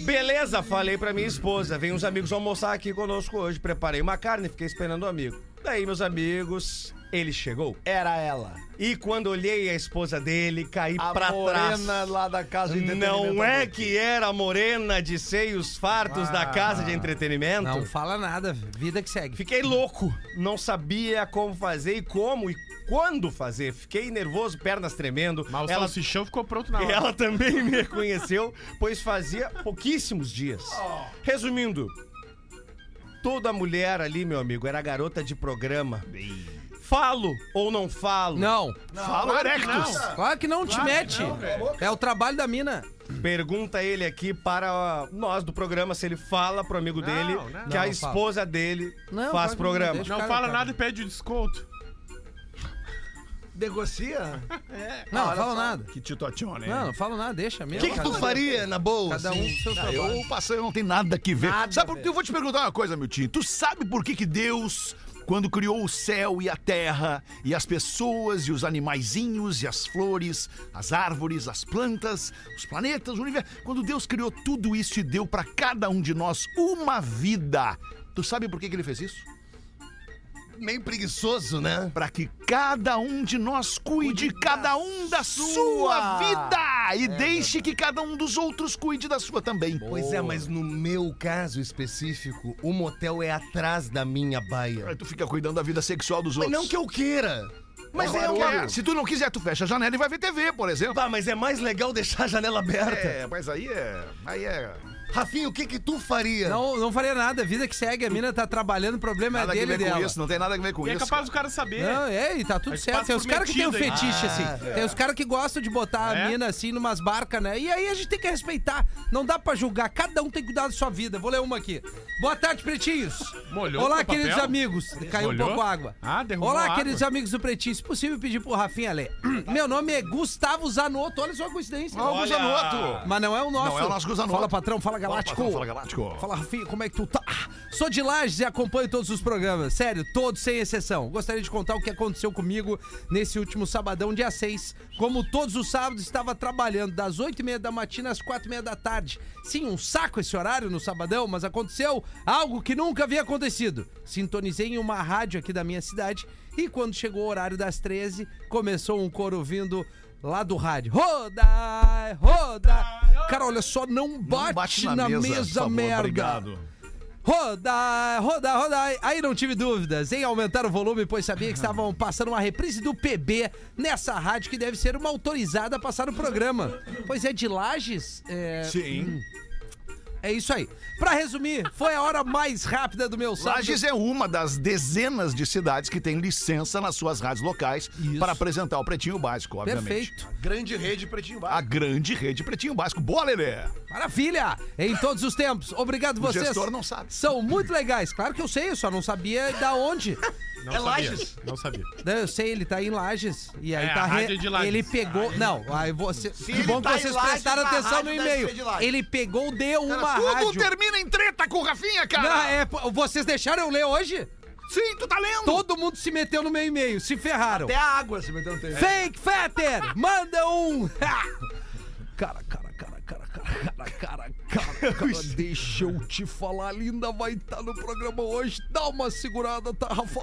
E: Beleza, falei pra minha esposa. Vem uns amigos almoçar aqui conosco hoje. Preparei uma carne, fiquei esperando o amigo. Daí, meus amigos, ele chegou.
D: Era ela.
E: E quando olhei a esposa dele, caí
D: A
E: pra trás.
D: morena lá da casa de entretenimento.
E: Não é que era a morena de seios fartos da casa de entretenimento?
C: Não fala nada, vida que segue.
E: Fiquei louco, não sabia como fazer e como e quando fazer. Fiquei nervoso, pernas tremendo.
K: Mas o
E: Ela,
K: salsichão ficou pronto na hora.
E: ela também me reconheceu, pois fazia pouquíssimos dias. Resumindo, toda mulher ali, meu amigo, era garota de programa. Falo ou não falo?
C: Não,
B: Fala, Erectus.
C: claro que não te mete. é o trabalho da mina.
E: Pergunta ele aqui para nós do programa se ele fala pro amigo dele que
C: Não,
E: a
C: não
E: esposa dele
C: Não,
E: faz
C: pode-
E: programa.
C: deixa-
K: Não
C: Cara,
K: fala
C: cara.
K: nada e pede o desconto.
D: Negocia?
C: Não, não fala nada.
B: Que titotão, né?
C: Não, não fala nada, deixa
L: O
C: mesmo.
L: que, que tu
C: Cada-
L: faria na boa?
C: Cada
L: assim?
C: um seu
B: Ah,
C: trabalho.
B: Eu passei, não tem nada que ver.
D: Nada
B: sabe
D: a
B: por
D: ver.
B: Eu vou te perguntar uma coisa, meu tio. Tu sabe por que, que Deus, quando criou o céu e a terra, e as pessoas, e os animaizinhos, e as flores, as árvores, as plantas, os planetas, o universo, quando Deus criou tudo isso e deu pra cada um de nós uma vida, tu sabe por que, que ele fez isso?
L: Meio preguiçoso, né?
B: Pra que cada um de nós cuide cada um da sua, vida e deixe que cada um dos outros cuide da sua também.
L: Pois é, mas no meu caso específico, o motel é atrás da minha
B: Aí
L: baia.
B: é, tu fica cuidando da vida sexual dos
L: Mas
B: outros.
L: não que eu queira. Mas
B: Agora,
L: é
B: o-
L: uma...
B: é, Se tu não quiser, tu fecha a janela e vai ver TV, por exemplo.
L: Bah, mas é mais legal deixar a janela aberta.
B: É, mas aí é. Aí é.
L: Rafinha, o que que tu faria?
C: Não, não faria nada, vida que segue, a mina tá trabalhando, o problema
B: Nada
C: é dele
B: que
C: e
B: ver com
C: dela.
B: isso, não tem nada a ver com
K: E é
B: isso.
K: capaz do cara saber.
C: Não, é, e tá tudo
K: Aí tu
C: certo.
K: passa
C: Tem os
K: por
C: caras que tem o
K: metido ainda.
C: fetiche, assim. Tem os caras que gostam de botar
K: É.
C: a mina, assim, numas barcas, né? E aí a gente tem que respeitar. Não dá pra julgar. Cada um tem que cuidar da sua vida. Vou ler uma aqui. Boa tarde, pretinhos.
K: Molhou
C: Olá,
K: teu papel?
C: queridos amigos. Caiu
K: Molhou?
C: um pouco a água.
K: Ah, derrubou
C: Olá,
K: água.
C: queridos amigos do Pretinho. Se possível, pedir pro Rafinha ler. Meu nome é Gustavo Zanotto. Olha só a coincidência.
B: Olha o Gusanoto.
C: Mas não é o nosso.
B: Não é o nosso Gusanoto.
C: Fala, patrão. Fala, Galáctico.
B: patrão, fala, Galáctico.
C: Fala, Rafinha, como é que tu tá? Sou de Lages e acompanho todos os programas. Sério, todos sem exceção. Gostaria de contar o que aconteceu comigo nesse último sabadão, dia 6. Como todos os sábados, estava trabalhando das 8h30 da matina às 4h30 da tarde. Sim, um saco esse horário no sabadão, mas aconteceu algo que nunca havia acontecido. Sintonizei em uma rádio aqui da minha cidade e quando chegou o horário das 13, começou um coro vindo lá do rádio. Rodai, rodai. Cara, olha só, não bate, na, mesa,
B: por favor,
C: merda.
B: Obrigado.
C: Rodai, rodai, rodai. Aí não tive dúvidas em aumentar o volume, pois sabia que estavam passando uma reprise do PB nessa rádio que deve ser uma autorizada a passar o programa. Pois é, de Lages? É,
B: Sim.
C: é isso aí. Pra resumir, foi a hora mais rápida do meu sábado.
B: Lages é uma das dezenas de cidades que tem licença nas suas rádios locais
C: Isso.
B: para apresentar o Pretinho Básico, obviamente.
C: Perfeito.
D: Grande rede pretinho
B: A
K: Ah,
D: baixo.
B: grande rede Pretinho Básico. Boa, Lelê!
C: Maravilha! Em todos os tempos. Obrigado vocês.
B: gestor não sabe.
C: São muito legais. Claro que eu sei, eu só não sabia da onde.
K: Não é sabia. Não sabia.
C: Não, eu sei, ele tá em Lages. E aí
K: É,
C: tá
K: a rádio é de Lages.
C: Ele pegou. Não, aí você. que
D: ele
C: bom
D: tá
C: que
D: em
C: vocês
D: Lages,
C: prestaram
D: uma
C: atenção no
D: rádio deve
C: e-mail.
D: ser de Lages.
C: Ele pegou, deu uma
B: Tudo
C: rádio.
B: termina em treta com o Rafinha, cara!
C: Não, é, pô, vocês deixaram eu ler hoje?
B: Sim, tu tá lendo!
C: Todo mundo se meteu no meu e-mail, se ferraram.
D: Até a água se meteu no
K: É.
D: tempo.
C: Fake Fetter, manda um! Ha! Cara, cara, cara, cara, cara, cara, cara, cara, cara, deixa eu te falar, a linda vai estar no programa hoje. Dá uma segurada, tá, Rafa?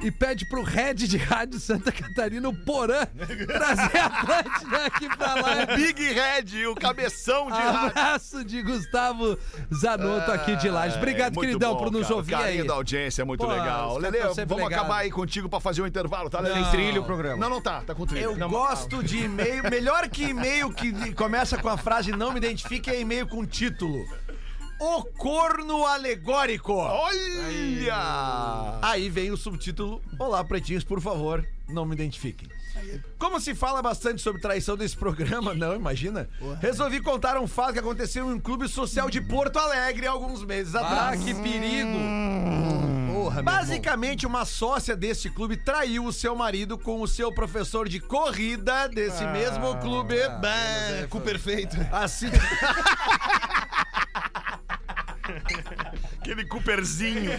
C: E pede pro head de rádio Santa Catarina, o Porã, trazer a Atlântida aqui pra lá.
B: Big Red, o cabeção de
C: Ah.
B: rádio.
C: Abraço de Gustavo Zanotto aqui de Lages. Obrigado,
B: É, Muito
C: queridão,
B: bom,
C: por nos
B: cara.
C: ouvir
B: Carinho
C: aí.
B: da audiência, é muito
C: Pô,
B: legal.
C: os
B: Lele,
C: caras
B: vamos
C: tão sempre legais.
B: acabar aí contigo pra fazer o intervalo, tá, Lele?
C: Tem trilha o
B: programa. Não, não tá, tá com trilho.
D: Eu gosto de e-mail. Melhor que e-mail que começa com a frase não me identifique é e-mail com título. O corno alegórico.
B: Olha!
D: Aí vem o subtítulo: Olá, pretinhos, por favor, não me identifiquem. Como se fala bastante sobre traição nesse programa, não, imagina? Resolvi contar um fato que aconteceu em um clube social de Porto Alegre há alguns meses atrás.
C: Ah, que perigo!
L: Ah, hum. Porra, meu irmão.
D: Basicamente, uma sócia deste clube traiu o seu marido com o seu professor de corrida desse
L: Ah,
D: mesmo clube.
L: é, Bah, cu perfeito.
D: Assim.
B: Aquele Cooperzinho.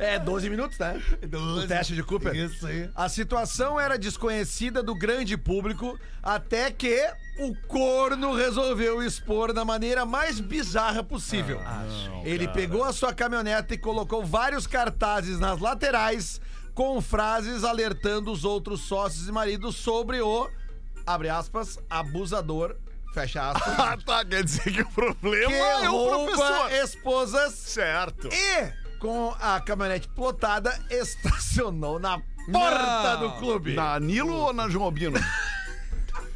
D: É, 12 minutos, né? O teste de
E: é-
D: Cooper.
L: Isso aí.
D: A situação era desconhecida do grande público até que o corno resolveu expor da maneira mais bizarra possível.
B: Ah,
D: Ele pegou a sua caminhoneta e colocou vários cartazes nas laterais com frases alertando os outros sócios e maridos sobre o abre aspas abusador fecha aspas
B: Ah, tá. Quer dizer que o problema
D: que
B: é o
D: rouba
B: professor.
D: esposas
B: Certo.
D: e com a caminhonete plotada estacionou na porta do clube.
B: Na Nilo ou na João Albino?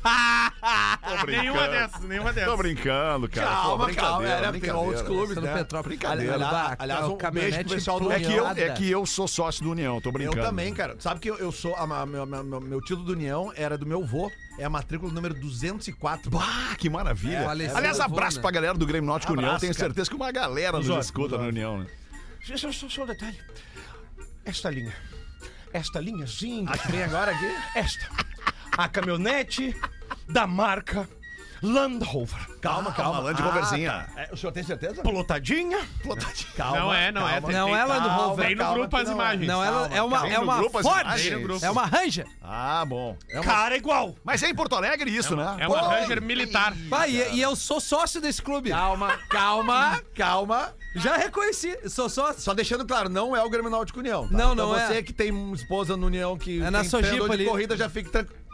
B: Tô brincando.
K: Nenhuma dessas, nenhuma
B: Tô
K: dessas.
B: brincando, cara. Pô,
D: Calma, calma, é,
B: brincadeira, É
D: era tem
B: brincadeira.
D: outros clubes,
C: Tá no
D: né?
C: Petrópolis.
D: Brincadeira.
C: Aliás,
D: Aliás,
C: bah,
D: aliás,
C: é o
D: um
C: caminhonete
D: beijo pro pessoal do
B: É que, eu, é
C: Nada.
B: que eu sou sócio do União, tô
D: Eu
B: brincando.
D: também, cara. Sabe que eu, eu sou. a ma- meu, meu- meu- meu título do União era do meu vô. É a matrícula número 204.
B: Bah, Ah, que maravilha.
C: É, faleceu,
B: Aliás,
C: eu
B: abraço
C: vou, né?
B: pra galera do Grêmio Náutico União.
D: Abraço,
B: Tenho
D: cara.
B: certeza que uma galera nos
E: olhos,
B: escuta na União, né?
E: Só, só, só um detalhe. Esta linha. Esta linhazinha.
D: que vem agora aqui?
E: Esta. A caminhonete da marca Land Rover. Ah, tá.
D: Calma,
B: Calma, Land Roverzinha.
D: É, o senhor tem certeza?
E: Pilotadinha.
D: Calma.
K: Não é, não é.
D: calma.
K: tem-
C: Não
K: tem-
C: é Land
K: Calma,
C: Rover.
K: Vem no
D: Calma
K: grupo
D: que
K: as
D: não é.
K: imagens.
C: Não, ela é uma,
B: calma.
C: é uma
B: Tem no grupo as
C: Ford.
B: imagens? Tem no grupo.
C: É uma Ranger.
B: Ah, bom.
E: Cara igual.
B: Mas é em Porto Alegre isso, né?
K: É uma
B: Pô,
K: Ranger militar.
C: Vai, e, e eu sou sócio desse clube.
D: Calma, calma, calma.
C: Já reconheci. Sou sócio.
D: Só deixando claro, não é o Grêmio Náutico União. tá?
C: Não,
D: então
C: não é.
D: Você que tem uma esposa no União que.
C: É na
D: tem
C: Sojipa
D: treinador de
C: ali.
D: corrida já fica tranquilo.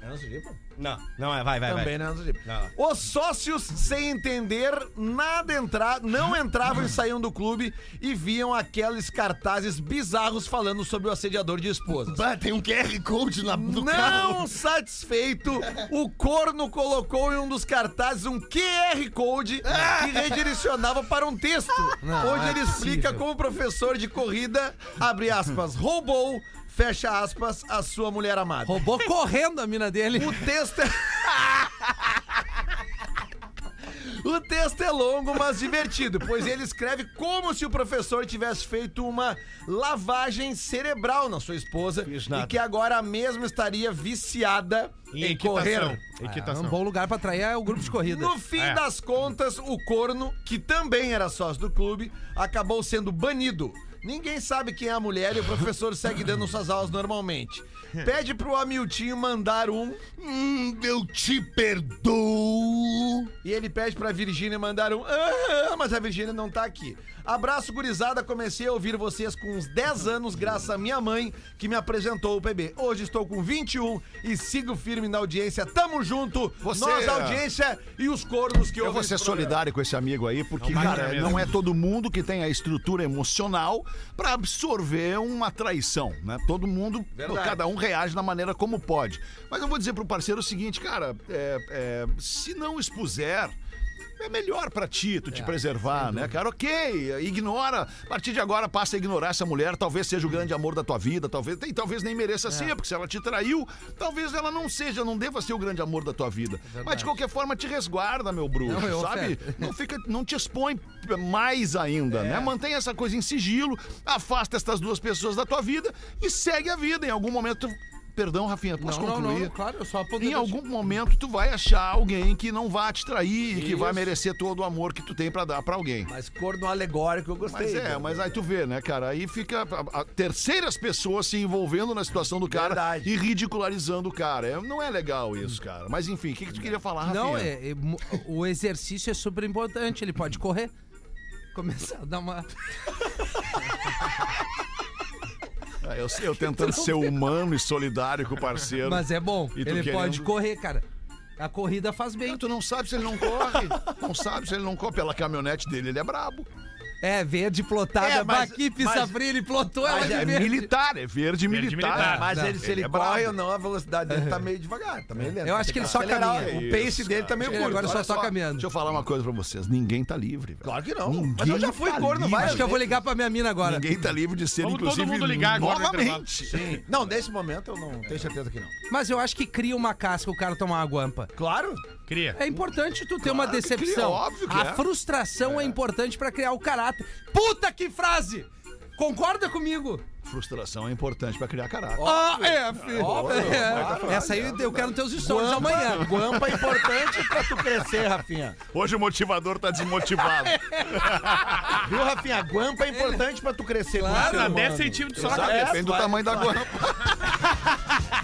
D: É na Sojipa?
E: Não, não é. Vai, vai,
D: Também
E: vai.
D: não é na Sojipa.
E: Não.
D: Os sócios, sem entender nada entrar, não entravam e saíam do clube e viam aqueles cartazes bizarros falando sobre o assediador de esposas.
L: Bah, tem um QR Code na, no carro.
D: Não satisfeito, o corno colocou em um dos cartazes um QR Code que redirecionava para um texto,
C: Não,
D: onde
C: não é
D: ele explica
C: possível.
D: como o professor de corrida, abre aspas, roubou, fecha aspas, a sua mulher amada.
C: Roubou correndo a mina dele.
D: O texto é. O texto é longo, mas divertido, pois ele escreve como se o professor tivesse feito uma lavagem cerebral na sua esposa e que agora a mesma estaria viciada em, correr.
C: É um
K: Equitação.
C: bom lugar pra atrair é o grupo de corrida.
D: No fim
K: É.
D: das contas, o corno, que também era sócio do clube, acabou sendo banido. Ninguém sabe quem é a mulher e o professor segue dando suas aulas normalmente. Pede pro Hamiltinho mandar um
L: Hum, eu te perdoo.
D: E ele pede pra Virgínia mandar um. Ah, mas a Virgínia não tá aqui. Abraço, gurizada. Comecei a ouvir vocês com uns 10 anos, graças à minha mãe, que me apresentou o PB. Hoje estou com 21 e sigo firme na audiência. Tamo junto.
B: Você-
D: Nós, a audiência é, e os cornos que
B: Eu vou
D: ouvem
B: ser
D: esse programa.
B: solidário com esse amigo aí, porque,
K: vai
B: cara,
K: dar mesmo.
B: não é todo mundo que tem a estrutura emocional pra absorver uma traição, né? Todo mundo, cada um reage da maneira como pode. Mas eu vou dizer pro parceiro o seguinte, cara, é, é, se não expuser. É melhor pra ti, tu te preservar, né, cara? Ok, ignora. A partir de agora passa a ignorar essa mulher. Talvez seja o grande amor da tua vida, talvez, e talvez nem mereça ser, porque se ela te traiu, talvez ela não seja, não deva ser o grande amor da tua vida. Mas de qualquer forma, te resguarda, meu bruxo,
C: Não, eu
B: sabe?
C: oferto. É.
B: não fica, não te expõe mais ainda, né? Mantém essa coisa em sigilo, afasta estas duas pessoas da tua vida e segue a vida. Em algum momento, perdão, Rafinha, posso
C: não,
B: concluir?
C: não, não, claro, eu só apontei.
B: Em algum momento tu vai achar alguém que não vai te trair e que vai merecer todo o amor que tu tem pra dar pra alguém.
D: Mas corno alegórico, eu gostei.
B: Mas é,
D: cara.
B: mas aí tu vê, né, cara? Aí fica a- a- terceiras pessoas se envolvendo na situação do cara
D: Verdade.
B: e ridicularizando o cara. É, não é legal isso, cara. Mas enfim, o que, que tu queria falar, Rafinha?
C: Não, é- é mu- o exercício é super importante. Ele pode correr. Começar a dar uma.
B: Ah, eu, eu tentando
K: Então,
B: ser humano e solidário com o parceiro.
C: Mas é bom.
B: E tu
C: Ele
B: querendo-
C: pode correr, cara. A corrida faz bem.
B: Tu não sabe se ele não corre. Não sabe se ele não corre. Pela caminhonete dele, ele é brabo.
C: É, verde plotada.
D: É,
C: É,
D: mas-
C: Baqui,
D: mas-
C: Pissafri, ele plotou ela
D: mas
C: de
D: é
C: verde.
B: Militar, é verde militar.
K: militar.
D: Mas
C: Não,
D: ele, se ele,
B: ele é
D: corre
B: brabo.
D: ou não, a velocidade dele tá meio devagar, tá meio lenta.
C: Eu acho
D: Tem
C: que ele só
D: acelerar.
C: caminha.
D: O pace dele tá meio
C: Ele
D: curto.
C: agora só
D: Olha
C: tá caminhando.
B: Deixa eu falar uma coisa pra vocês. Ninguém tá livre, velho.
D: Claro que não.
B: Ninguém
D: mas eu já fui
B: tá
D: corno
B: livre.
D: várias
C: Acho que eu vou ligar pra minha mina agora.
B: Ninguém tá livre de ser,
K: Vamos todo
B: inclusive,
K: mundo ligar agora no
B: novamente.
D: vezes. Não, nesse momento eu não tenho certeza que não.
C: Mas eu acho que cria uma casca o cara tomar uma guampa.
D: Claro.
K: Cria.
C: É importante tu ter uma
B: Claro que
C: decepção.
B: cria, óbvio que
C: a
B: é.
C: frustração é, importante pra criar o caráter. Puta que frase! Concorda comigo?
B: Frustração é importante pra criar caráter.
C: Ah, é, filho. É. Essa aí eu quero nos teus stories amanhã.
D: Guampa é importante pra tu crescer, Rafinha.
B: Hoje o motivador tá desmotivado.
D: Viu, Rafinha? Guampa é importante pra tu crescer.
C: Claro,
D: Guampa.
K: Cara,
E: é
K: 10 centímetros só.
D: É,
B: Sabe? Depende do tamanho da guampa.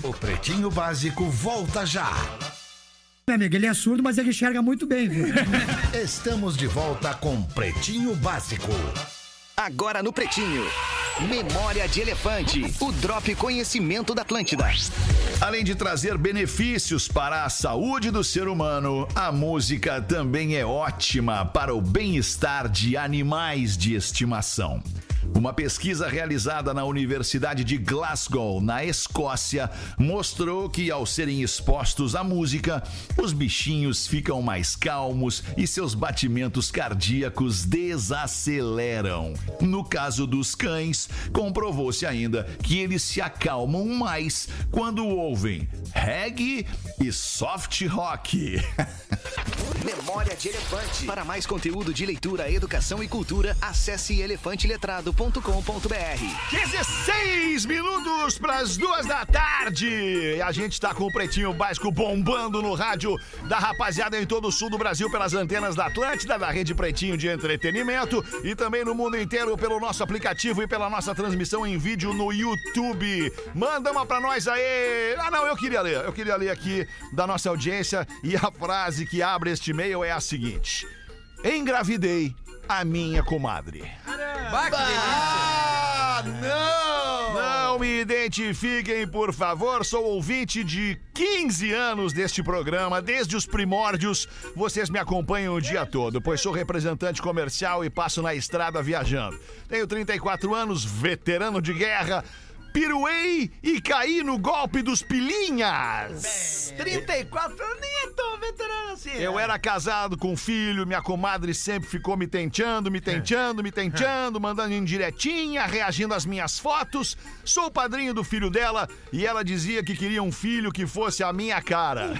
A: O Pretinho Básico volta já.
M: Meu amigo, ele é surdo, mas ele enxerga muito bem, viu?
A: Estamos de volta com Pretinho Básico.
N: Agora no Pretinho. Memória de Elefante, o Drop Conhecimento da Atlântida.
B: Além de trazer benefícios para a saúde do ser humano, a música também é ótima para o bem-estar de animais de estimação. Uma pesquisa realizada na Universidade de Glasgow, na Escócia, mostrou que ao serem expostos à música, os bichinhos ficam mais calmos e seus batimentos cardíacos desaceleram. No caso dos cães, comprovou-se ainda que eles se acalmam mais quando ouvem reggae e soft rock.
N: Memória de Elefante. Para mais conteúdo de leitura, educação e cultura, acesse elefanteletrado.com.br.
B: 16 minutos para as duas da tarde. E a gente está com o Pretinho Básico bombando no rádio da rapaziada em todo o sul do Brasil pelas antenas da Atlântida, da Rede Pretinho de Entretenimento e também no mundo inteiro pelo nosso aplicativo e pela nossa transmissão em vídeo no YouTube. Manda uma para nós aí. Ah, não, eu queria ler. Eu queria ler aqui da nossa audiência e a frase que abre este e-mail é a seguinte: Engravidei a minha comadre.
C: Bah, que delícia.
D: Ah, não!
B: Não me identifiquem, por favor. Sou ouvinte de 15 anos deste programa, desde os primórdios. Vocês me acompanham o dia todo, pois sou representante comercial e passo na estrada viajando. Tenho 34 anos, veterano de guerra. Piruei e caí no golpe dos pilinhas.
D: 34 anos, nem é tão veterano assim.
B: Eu era casado com um filho, minha comadre sempre ficou me tenteando, me tenteando, me tenteando, mandando indiretinha, reagindo às minhas fotos. Sou padrinho do filho dela e ela dizia que queria um filho que fosse a minha cara.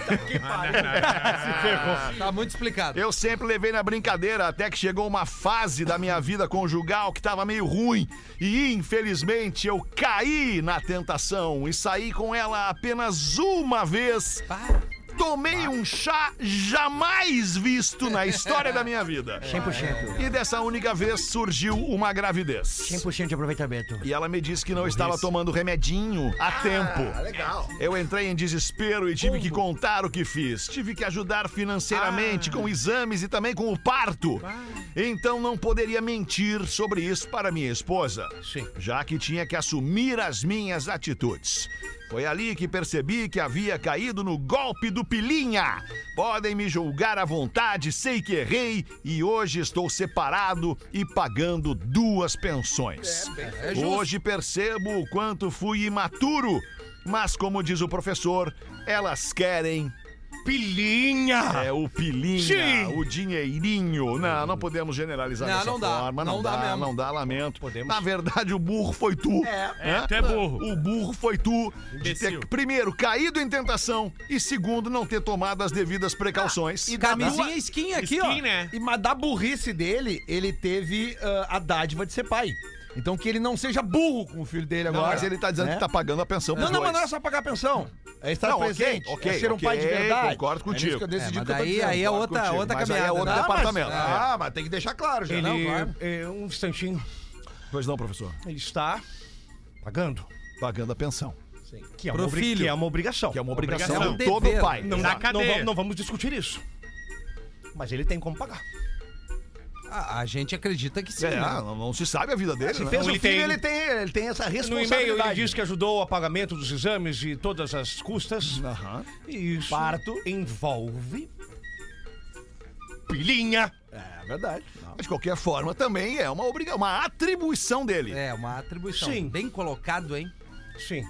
C: Tá muito explicado.
B: Eu sempre levei na brincadeira, até que chegou uma fase da minha vida conjugal que tava meio ruim. E infelizmente eu caí na tentação e saí com ela apenas uma vez. Tomei um chá jamais visto na história da minha vida.
M: 100%.
B: E dessa única vez surgiu uma gravidez.
M: 100% de aproveitamento.
B: E ela me disse que não estava tomando remedinho a tempo.
D: Legal.
B: Eu entrei em desespero e tive que contar o que fiz. Tive que ajudar financeiramente com exames e também com o parto. Então não poderia mentir sobre isso para minha esposa, já que tinha que assumir as minhas atitudes. Foi ali que percebi que havia caído no golpe do pilinha. Podem me julgar à vontade, sei que errei e hoje estou separado e pagando duas pensões. Hoje percebo o quanto fui imaturo, mas como diz o professor, elas querem
E: Pilinha!
B: é o pilinha,
E: Sim.
B: o dinheirinho. Não, não podemos generalizar
C: Não,
B: dessa
C: não dá.
B: forma. Não,
C: Não
B: dá,
C: dá mesmo.
B: não dá, lamento. Na verdade, o burro foi tu. É,
E: tu é burro.
B: O burro foi tu de ter,
K: Imbecil.
B: primeiro, caído em tentação e, segundo, não ter tomado as devidas
C: Ah,
B: precauções.
C: Camisinha skin aqui,
K: Skin,
C: ó.
K: né?
D: E mas da burrice dele, ele teve ah, a dádiva de ser pai. Então que ele não seja burro com o filho dele
B: Não,
D: agora.
B: mas ele tá dizendo
D: né?
B: que tá pagando a pensão pros
D: Não, não, mas
B: dois.
D: não é só pagar pensão. É estar
B: Não, ok,
D: presente,
B: ok,
D: é ser um
B: ok,
D: pai de verdade.
B: concordo contigo.
D: É isso que eu decidi
C: É, mas
D: que eu tô
C: daí-
D: dizendo.
C: aí é
D: Concordo
C: outra-
D: contigo.
C: outra
B: Mas aí é
C: caminhada,
B: outro
C: né?
B: departamento.
D: Ah, mas tem que deixar claro já,
E: Ele,
D: não, claro.
E: é, um instantinho,
B: Pois não, professor.
E: ele está pagando.
B: Pagando a pensão.
E: Que é,
C: Pro
E: uma, obri-
C: filho.
E: que é uma obrigação.
B: Que é uma obrigação,
C: Obrigação.
B: de todo
C: Dever.
B: pai.
E: Não,
K: Na
E: dá- não
K: cadeia.
E: vamos- não vamos discutir isso. Mas ele tem como pagar.
C: A, a gente acredita que sim.
B: É,
C: né?
B: ah, não, não se sabe a vida dele, né?
D: Fez o
E: ele
D: filho,
E: tem-
D: ele, tem, ele tem essa
E: No e-mail ele
D: responsabilidade.
E: diz que ajudou ao pagamento dos exames e todas as custas.
B: Aham.
E: E isso envolve pilinha.
D: É verdade. Não.
B: Mas, de qualquer forma, também é uma obrigação, uma atribuição dele.
C: É, uma atribuição.
E: Sim.
C: Bem colocado, hein?
E: Sim.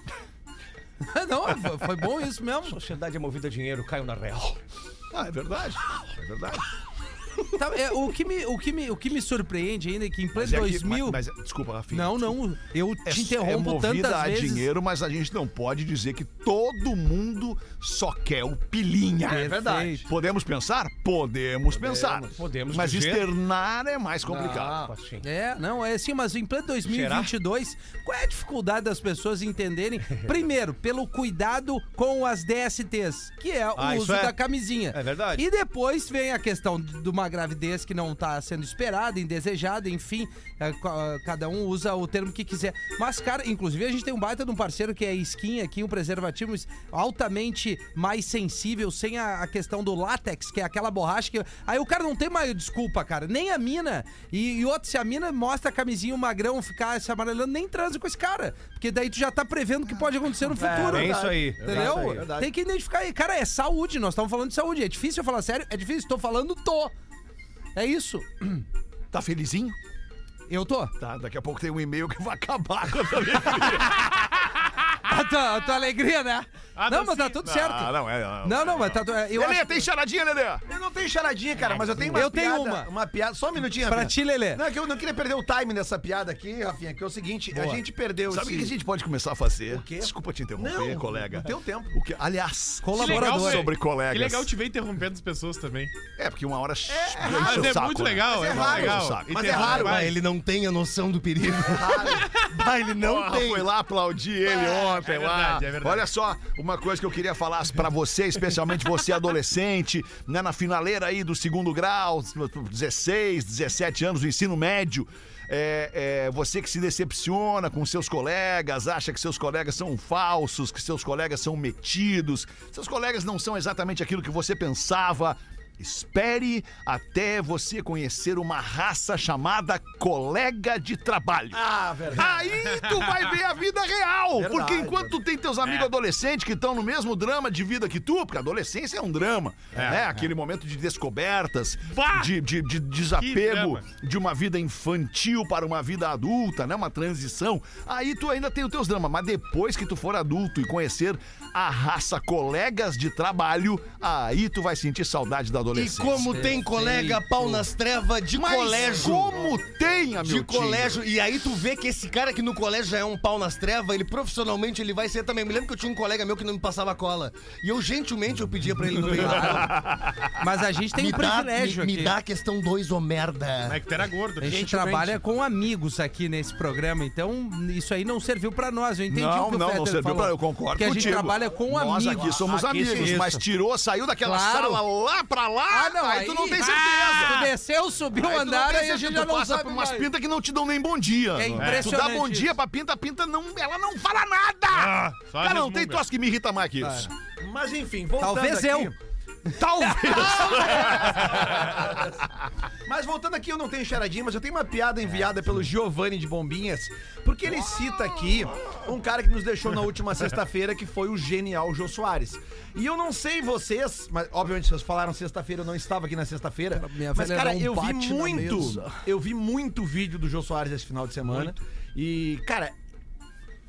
C: não, foi- foi bom isso mesmo.
E: Sociedade é movida a dinheiro, caiu na real.
B: Ah, é verdade. É verdade.
C: Tá, é, o, que me, o, que me, o que me surpreende ainda é que em pleno
B: Mas é que-
C: 2000...
B: mas- mas, desculpa, Rafinha.
C: Não, não, eu
B: É-
C: te
B: é
C: interrompo
B: movida
C: tantas
B: a
C: vezes.
B: dinheiro, mas a gente não pode dizer que todo mundo só quer o pilinha.
C: É verdade.
B: Podemos pensar? Podemos, pensar.
E: Podemos
B: Mas
E: dizer.
B: externar é mais complicado.
E: Assim.
C: É, não, é assim, mas em pleno 2022, qual é a dificuldade das pessoas entenderem? Primeiro, pelo cuidado com as DSTs, que é o
E: Ah, isso
C: uso
E: é.
C: da camisinha.
E: É verdade.
C: E depois vem a questão de de uma gravidez que não tá sendo esperada, indesejada, enfim, é, ca- cada um usa o termo que quiser. Mas, cara, inclusive a gente tem um baita de um parceiro que é skin aqui, um preservativo altamente mais sensível, sem a, a questão do látex, que é aquela borracha que... Aí o cara não tem mais desculpa, cara, nem a mina. E, e outro, se a mina mostra a camisinha, o magrão ficar se amarelando, nem transa com esse cara. Porque daí tu já tá prevendo o que pode acontecer no futuro.
E: é isso aí.
C: Entendeu?
D: É verdade.
C: Tem que identificar aí. Cara, é saúde, nós estamos falando de saúde. É difícil eu falar sério? É difícil, tô falando, tô. É isso.
B: Tá felizinho?
C: Eu tô.
B: Tá, daqui a pouco tem um e-mail que vai acabar com a tua vida.
C: A tua, Ah, tá, a tua alegria, né? não, mas tá tudo certo.
B: Ah,
C: Não,
B: não, é. Não.
C: não, mas tá tudo. Eu
B: Lelê,
C: acho...
B: tem charadinha, Lelê?
D: Eu não tenho charadinha, cara, mas eu tenho uma
C: Eu tenho
D: piada.
C: uma.
D: piada. Só um minutinho,
C: Pra
D: Rafinha.
C: ti, Lelê.
D: Não, é que eu não queria perder o time dessa piada aqui, Rafinha, que é o seguinte, a gente perdeu
B: Sabe o
D: esse...
B: que a gente pode começar a fazer?
D: O quê?
B: Desculpa te interromper,
D: Não,
B: colega.
D: não tem o tempo.
B: O que, aliás,
K: legal,
C: Colaborador.
K: velho.
B: sobre colegas.
K: Que legal te ver interrompendo as pessoas também.
B: É, porque uma hora. enche
K: Mas
B: o
K: é
B: saco,
K: muito
B: né?
K: legal,
D: Mas é
K: é, muito
D: raro,
K: legal.
B: saco.
D: Mas é raro,
K: Vai,
L: Ah, ele não tem a noção do perigo.
B: Ah, ele não tem. Foi lá aplaudir ele ontem
K: é
B: lá.
K: verdade, é verdade.
B: Olha só, uma coisa que eu queria falar pra você, especialmente você adolescente, né, na finaleira aí do segundo grau, 16, 17 anos do ensino médio. É, é, você que se decepciona com seus colegas, acha que seus colegas são falsos, que seus colegas são metidos, seus colegas não são exatamente aquilo que você pensava. Espere até você conhecer uma raça chamada colega de trabalho. Ah, verdade. Aí tu vai ver a vida real. porque enquanto tu tem teus amigos adolescentes que estão no mesmo drama de vida que tu, porque a adolescência é um drama, né? Aquele momento de descobertas,
K: Bah!
B: de, de- de desapego
K: drama.
B: de uma vida infantil para uma vida adulta, né? Uma transição. Aí tu ainda tem os teus dramas, mas depois que tu for adulto e conhecer a raça colegas de trabalho, aí tu vai sentir saudade da
L: E
B: adolescência.
L: como tem colega pau nas trevas de
B: Mas
L: colégio.
B: como tem,
L: De
B: amigo?
L: colégio, e aí tu vê que esse cara que no colégio já é um pau nas trevas, ele profissionalmente ele vai ser também. Me lembro que eu tinha um colega meu que não me passava cola. E eu gentilmente eu pedia pra ele no meio da
C: Mas a gente tem
L: me
C: um
L: dá,
C: privilégio
L: me, me
C: aqui.
L: dá a questão 2, ô merda.
K: Mas É que tu era gordo.
C: A gente trabalha com amigos aqui nesse programa, então isso aí não serviu pra nós. Eu entendi
B: Não,
C: o que o
B: não,
C: Fetter
B: não serviu
C: falou.
B: pra. Eu concordo
C: Que a gente
B: contigo.
C: trabalha com
B: Nós
C: amigos.
B: aqui somos
C: Aqui,
B: amigos,
C: isso.
B: mas tirou, saiu daquela
C: Claro.
B: sala lá pra lá,
C: Ah, não,
B: aí,
C: aí,
B: tu não tem certeza.
C: Ah! Tu desceu, subiu
B: Aí
C: o
B: tu não
C: andar
B: tem
C: e a gente
B: certeza,
C: já
B: tu
C: não
B: passa
C: sabe
B: por umas
C: mais.
B: pintas que não te dão nem bom dia.
C: É
B: Tu dá bom
C: impressionante
B: dia
C: isso.
B: pra pinta, a pinta não, ela não fala nada.
K: só
B: Cara, não tem
K: resmunga.
B: troço que me irrita mais que isso.
D: Mas enfim, voltando
C: Talvez
D: aqui-
C: eu.
D: Mas voltando aqui, eu não tenho charadinha, mas eu tenho uma piada enviada pelo Giovanni de Bombinhas, porque ele cita aqui um cara que nos deixou na última sexta-feira, que foi o genial Jô Soares. E eu não sei vocês, mas obviamente vocês falaram sexta-feira, eu não estava aqui na sexta-feira.
C: minha
D: Mas,
C: velha
D: cara,
C: não
D: eu vi
C: bate na
D: muito.
C: mesa.
D: Eu vi muito vídeo do Jô Soares esse final de semana. E, cara,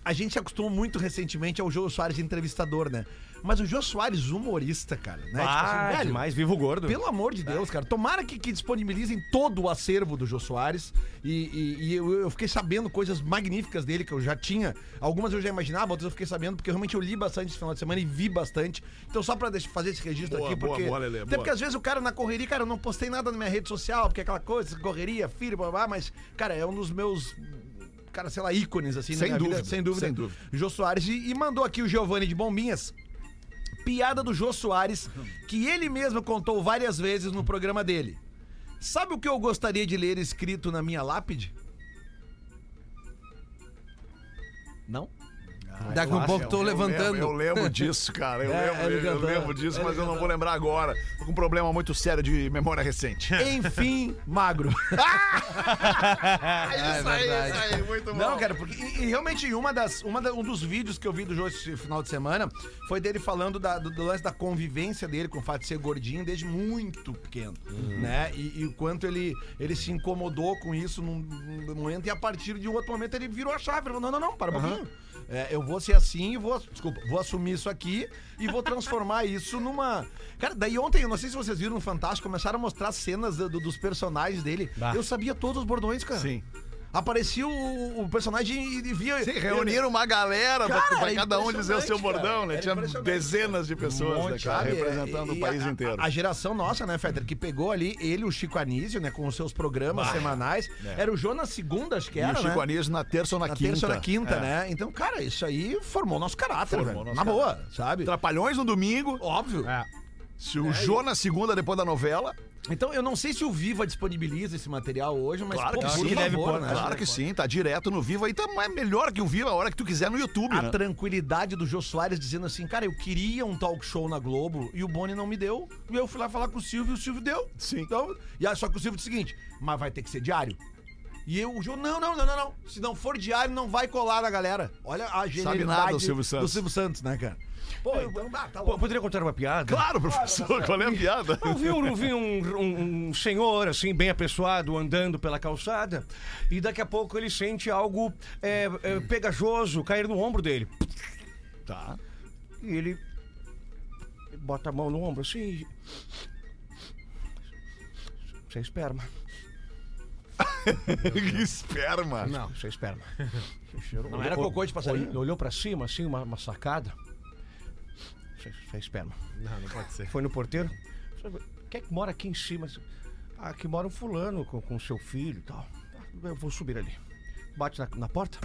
D: a gente se acostumou muito recentemente ao Jô Soares entrevistador, né? Mas o Jô Soares humorista, cara, né? Tipo
C: Ah,
D: assim, velho,
E: demais, vivo gordo.
D: pelo amor de Deus, cara. Tomara que, que disponibilizem todo o acervo do Jô Soares. E, e- e eu, eu fiquei sabendo coisas magníficas dele que eu já tinha. Algumas eu já imaginava, outras eu fiquei sabendo, porque realmente eu li bastante esse final de semana e vi bastante. Então, só pra deixa- fazer esse registro
B: Boa,
D: aqui,
B: boa,
D: porque.
B: boa, Lelê,
D: até
B: boa.
D: porque às vezes o cara na correria, cara, eu não postei nada na minha rede social, porque é aquela coisa, correria, filho, blá, blá, mas, cara, é um dos meus. Cara, sei lá, ícones, assim,
B: Sem
D: na minha
B: dúvida,
D: vida, sem dúvida.
B: sem dúvida.
D: Jô Soares. E, e mandou aqui o Giovanni de Bombinhas piada do Jô Soares, que ele mesmo contou várias vezes no programa dele. Sabe o que eu gostaria de ler escrito na minha lápide? Não?
C: Daqui um pouco tô
B: Eu
C: levantando.
B: lembro- Eu lembro, disso, cara. Eu,
D: É,
B: lembro,
D: ele
B: eu
D: cantando.
B: lembro disso,
D: Ele
B: mas eu não vou lembrar agora. Tô com um problema muito sério de memória recente.
D: Enfim, magro.
C: é
B: isso aí, isso aí, muito
D: Não, cara, porque e, e realmente uma das, uma da- um dos vídeos que eu vi do Jô esse final de semana foi dele falando da- do, do lance da convivência dele com o fato de ser gordinho desde muito pequeno, né? E, e o quanto ele, ele se incomodou com isso num, num momento e a partir de um outro momento ele virou a chave, ele falou, não, não, não, para um pouquinho. é, eu vou ser assim, e vou, desculpa, vou assumir isso aqui e vou transformar isso numa. Cara, daí ontem, eu não sei se vocês viram no Fantástico, começaram a mostrar cenas do- do- dos personagens dele. Eu sabia todos os bordões, cara. Sim. Aparecia o, o personagem e, e via.
B: Sim, reuniram uma galera pra-
D: Cara,
B: pra cada um dizer o seu
D: impressionante,
B: bordão,
D: cara.
B: né?
D: Era
B: Tinha
D: impressionante.
B: dezenas de pessoas né, cara,
D: sabe?
B: representando
D: Um é, E-
B: o
D: e
B: país
D: a-
B: inteiro.
D: A, a geração nossa, né, Fetter, que pegou ali ele, o Chico Anísio, né, com os seus programas semanais.
B: É.
D: Era o Jonas Segunda, acho que
B: E
D: era,
B: o Chico
D: né?
B: Anísio na terça ou na,
D: Na
B: quinta.
D: terça ou na quinta,
B: É.
D: né? Então, cara, isso aí formou nosso caráter,
B: Formou
D: velho.
B: nosso
D: Na
B: caráter.
D: boa, sabe?
B: Trapalhões no domingo. É.
D: Óbvio.
B: Se o Jonas segunda depois da novela.
D: Então, eu não sei se o Viva disponibiliza esse material hoje, mas
B: Claro
D: pô,
B: que
D: por
B: sim,
D: favor,
B: deve pôr,
D: né?
B: Claro que sim, tá direto no Viva. Então é melhor que o Viva a hora que tu quiser no YouTube,
D: A
B: né?
D: tranquilidade do Jô Soares dizendo assim, cara, eu queria um talk show na Globo e o Boni não me deu. E eu fui lá falar com o Silvio e o Silvio deu. Sim. Então, e aí, só que o Silvio disse o seguinte, mas vai ter que ser diário. E eu, o Jô, não, não, não, não, não. Se não for diário, não vai colar na galera. Olha a genialidade
B: nada o Silvio Santos.
D: do Silvio Santos, né, cara? Pô, então, ah, tá
E: Pô,
D: louco.
E: poderia contar uma piada?
B: Claro, professor, qual é a piada?
E: Eu vi, um, eu vi um, um- um senhor, assim, bem apessoado, andando pela calçada, e daqui a pouco ele sente algo é, é, pegajoso cair no ombro dele.
B: Tá.
E: E ele bota a mão no ombro, assim. e- Isso é esperma.
B: que esperma.
E: Não, isso é esperma. um
D: Não era cocô de passarinho?
E: Ele olhou pra cima, assim, uma, uma sacada. Isso é- isso é esperma.
K: Não, não pode ser.
E: Foi no porteiro. Quem é que mora aqui em cima? Ah, aqui mora um fulano com, com seu filho e tal. Ah, Eu vou subir ali. Bate na, na porta,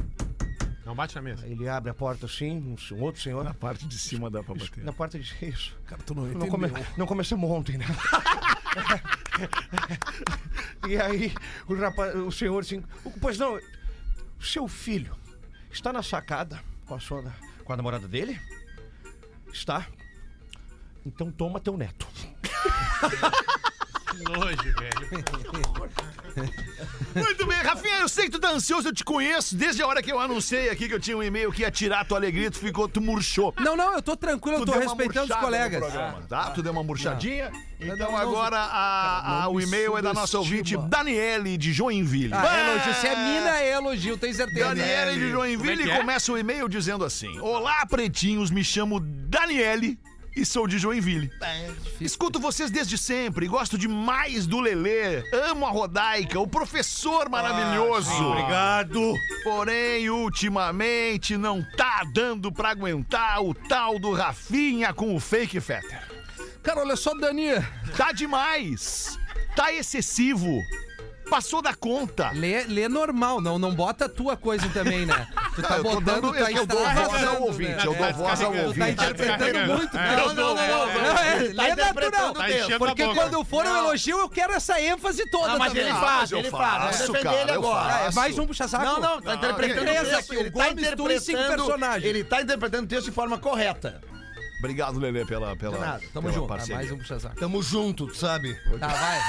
K: Não bate na mesa.
E: ele abre a porta assim, um, um outro senhor.
B: Na parte de cima dá pra bater.
E: Na porta diz isso.
O: Cara, tu não
E: Não,
O: entendeu.
E: come- não começamos ontem, né? e aí, o rapaz, o senhor assim, pois não, seu filho está na sacada com a sua, com a namorada dele? Está. Então toma teu neto.
K: Que nojo, velho.
B: Muito bem, Rafinha, eu sei que tu tá ansioso, eu te conheço. Desde a hora que eu anunciei aqui que eu tinha um e-mail que ia tirar a tua alegria, tu ficou, tu murchou.
C: Não, não, eu tô tranquilo, eu
B: Tu
C: tô
B: deu uma
C: respeitando os
B: murchada no
C: colegas. Ah.
B: programa, tá? Tu deu uma murchadinha. Então
C: Não, não,
B: agora a- a-
O: não
B: o
O: me
B: e-mail é da nossa ouvinte
O: subestima.
B: Daniele de Joinville.
C: Ah,
B: Bah!
C: elogio. Se é mina, é elogio, tenho certeza.
B: Daniele de Joinville
K: Como é que é?
B: começa o e-mail dizendo assim: Olá, pretinhos, me chamo Daniele e sou de Joinville.
C: É,
B: Escuto vocês desde sempre, gosto demais do Lelê, amo a Rodaica, o professor maravilhoso.
E: Obrigado.
B: Porém, ultimamente não tá dando pra aguentar o tal do Rafinha com o fake fetter.
O: Cara, olha só, Dani.
B: Tá demais, tá excessivo, passou da conta.
C: Lê, lê normal, não, não bota a tua coisa também, né? Tu tá
B: eu tô
C: botando,
B: dando- é
C: tá
B: eu dou voz ao
C: extravasando,
B: ouvinte,
C: né?
B: eu dou
C: É,
B: voz
C: tá
B: ao
C: descarregando,
B: ouvinte.
C: Tá interpretando muito, né?
D: Não, não, não, não, não.
C: Não,
B: Tá
C: é, lê natural.
D: interpretando
K: Tá enchendo
C: Porque
K: a boca.
C: quando for um elogio, eu quero essa ênfase toda
D: mas
C: também.
D: ele
B: Ah, mas
D: faz,
B: eu
D: ele faz.
B: faço, Ah,
D: Vou defender
B: cara,
D: ele
B: eu
D: agora.
C: É, mais um puxa-saco?
D: Não, não, tá interpretando
C: Três
D: o texto.
C: aqui, o
D: ele tá
C: Gomes, tu e cinco
D: interpretando-
C: personagens.
D: Ele tá interpretando o texto de forma correta.
B: Obrigado, Lelê, pela, pela,
D: De nada,
C: Tamo
B: pela
C: junto. Ah,
B: parceria.
C: mais um puxa-saco.
L: Tamo junto, tu sabe?
C: Tá, vai.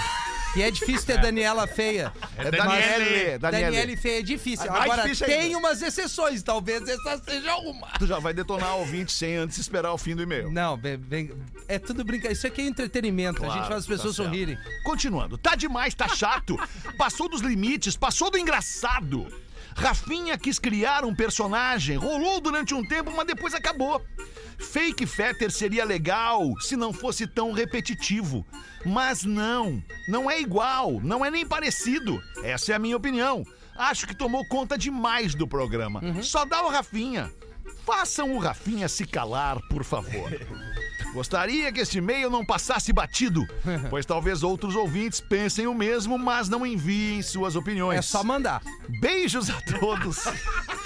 C: E é difícil ter Daniela feia.
B: É Daniele, Ah, Daniele.
C: Daniele feia é difícil.
D: mais
C: Agora,
D: difícil ainda.
C: tem umas exceções, talvez essa seja uma.
B: Tu já vai detonar o ouvinte sem antes esperar o fim do e-mail.
C: Não, bem- bem- é tudo brincadeira. Isso aqui é entretenimento. a gente
B: Claro,
C: faz as pessoas
B: tá certo.
C: sorrirem.
B: Continuando. Tá demais, tá chato. Passou dos limites, passou do engraçado. Rafinha quis criar um personagem, rolou durante um tempo, mas depois acabou. Fake Fetter seria legal se não fosse tão repetitivo. Mas não, não é igual, não é nem parecido. Essa é a minha opinião. Acho que tomou conta demais do programa. Só dá o Rafinha. Façam o Rafinha se calar, por favor. Gostaria que este e-mail não passasse batido, pois talvez outros ouvintes pensem o mesmo, mas não enviem suas opiniões.
C: É só mandar.
B: Beijos a todos.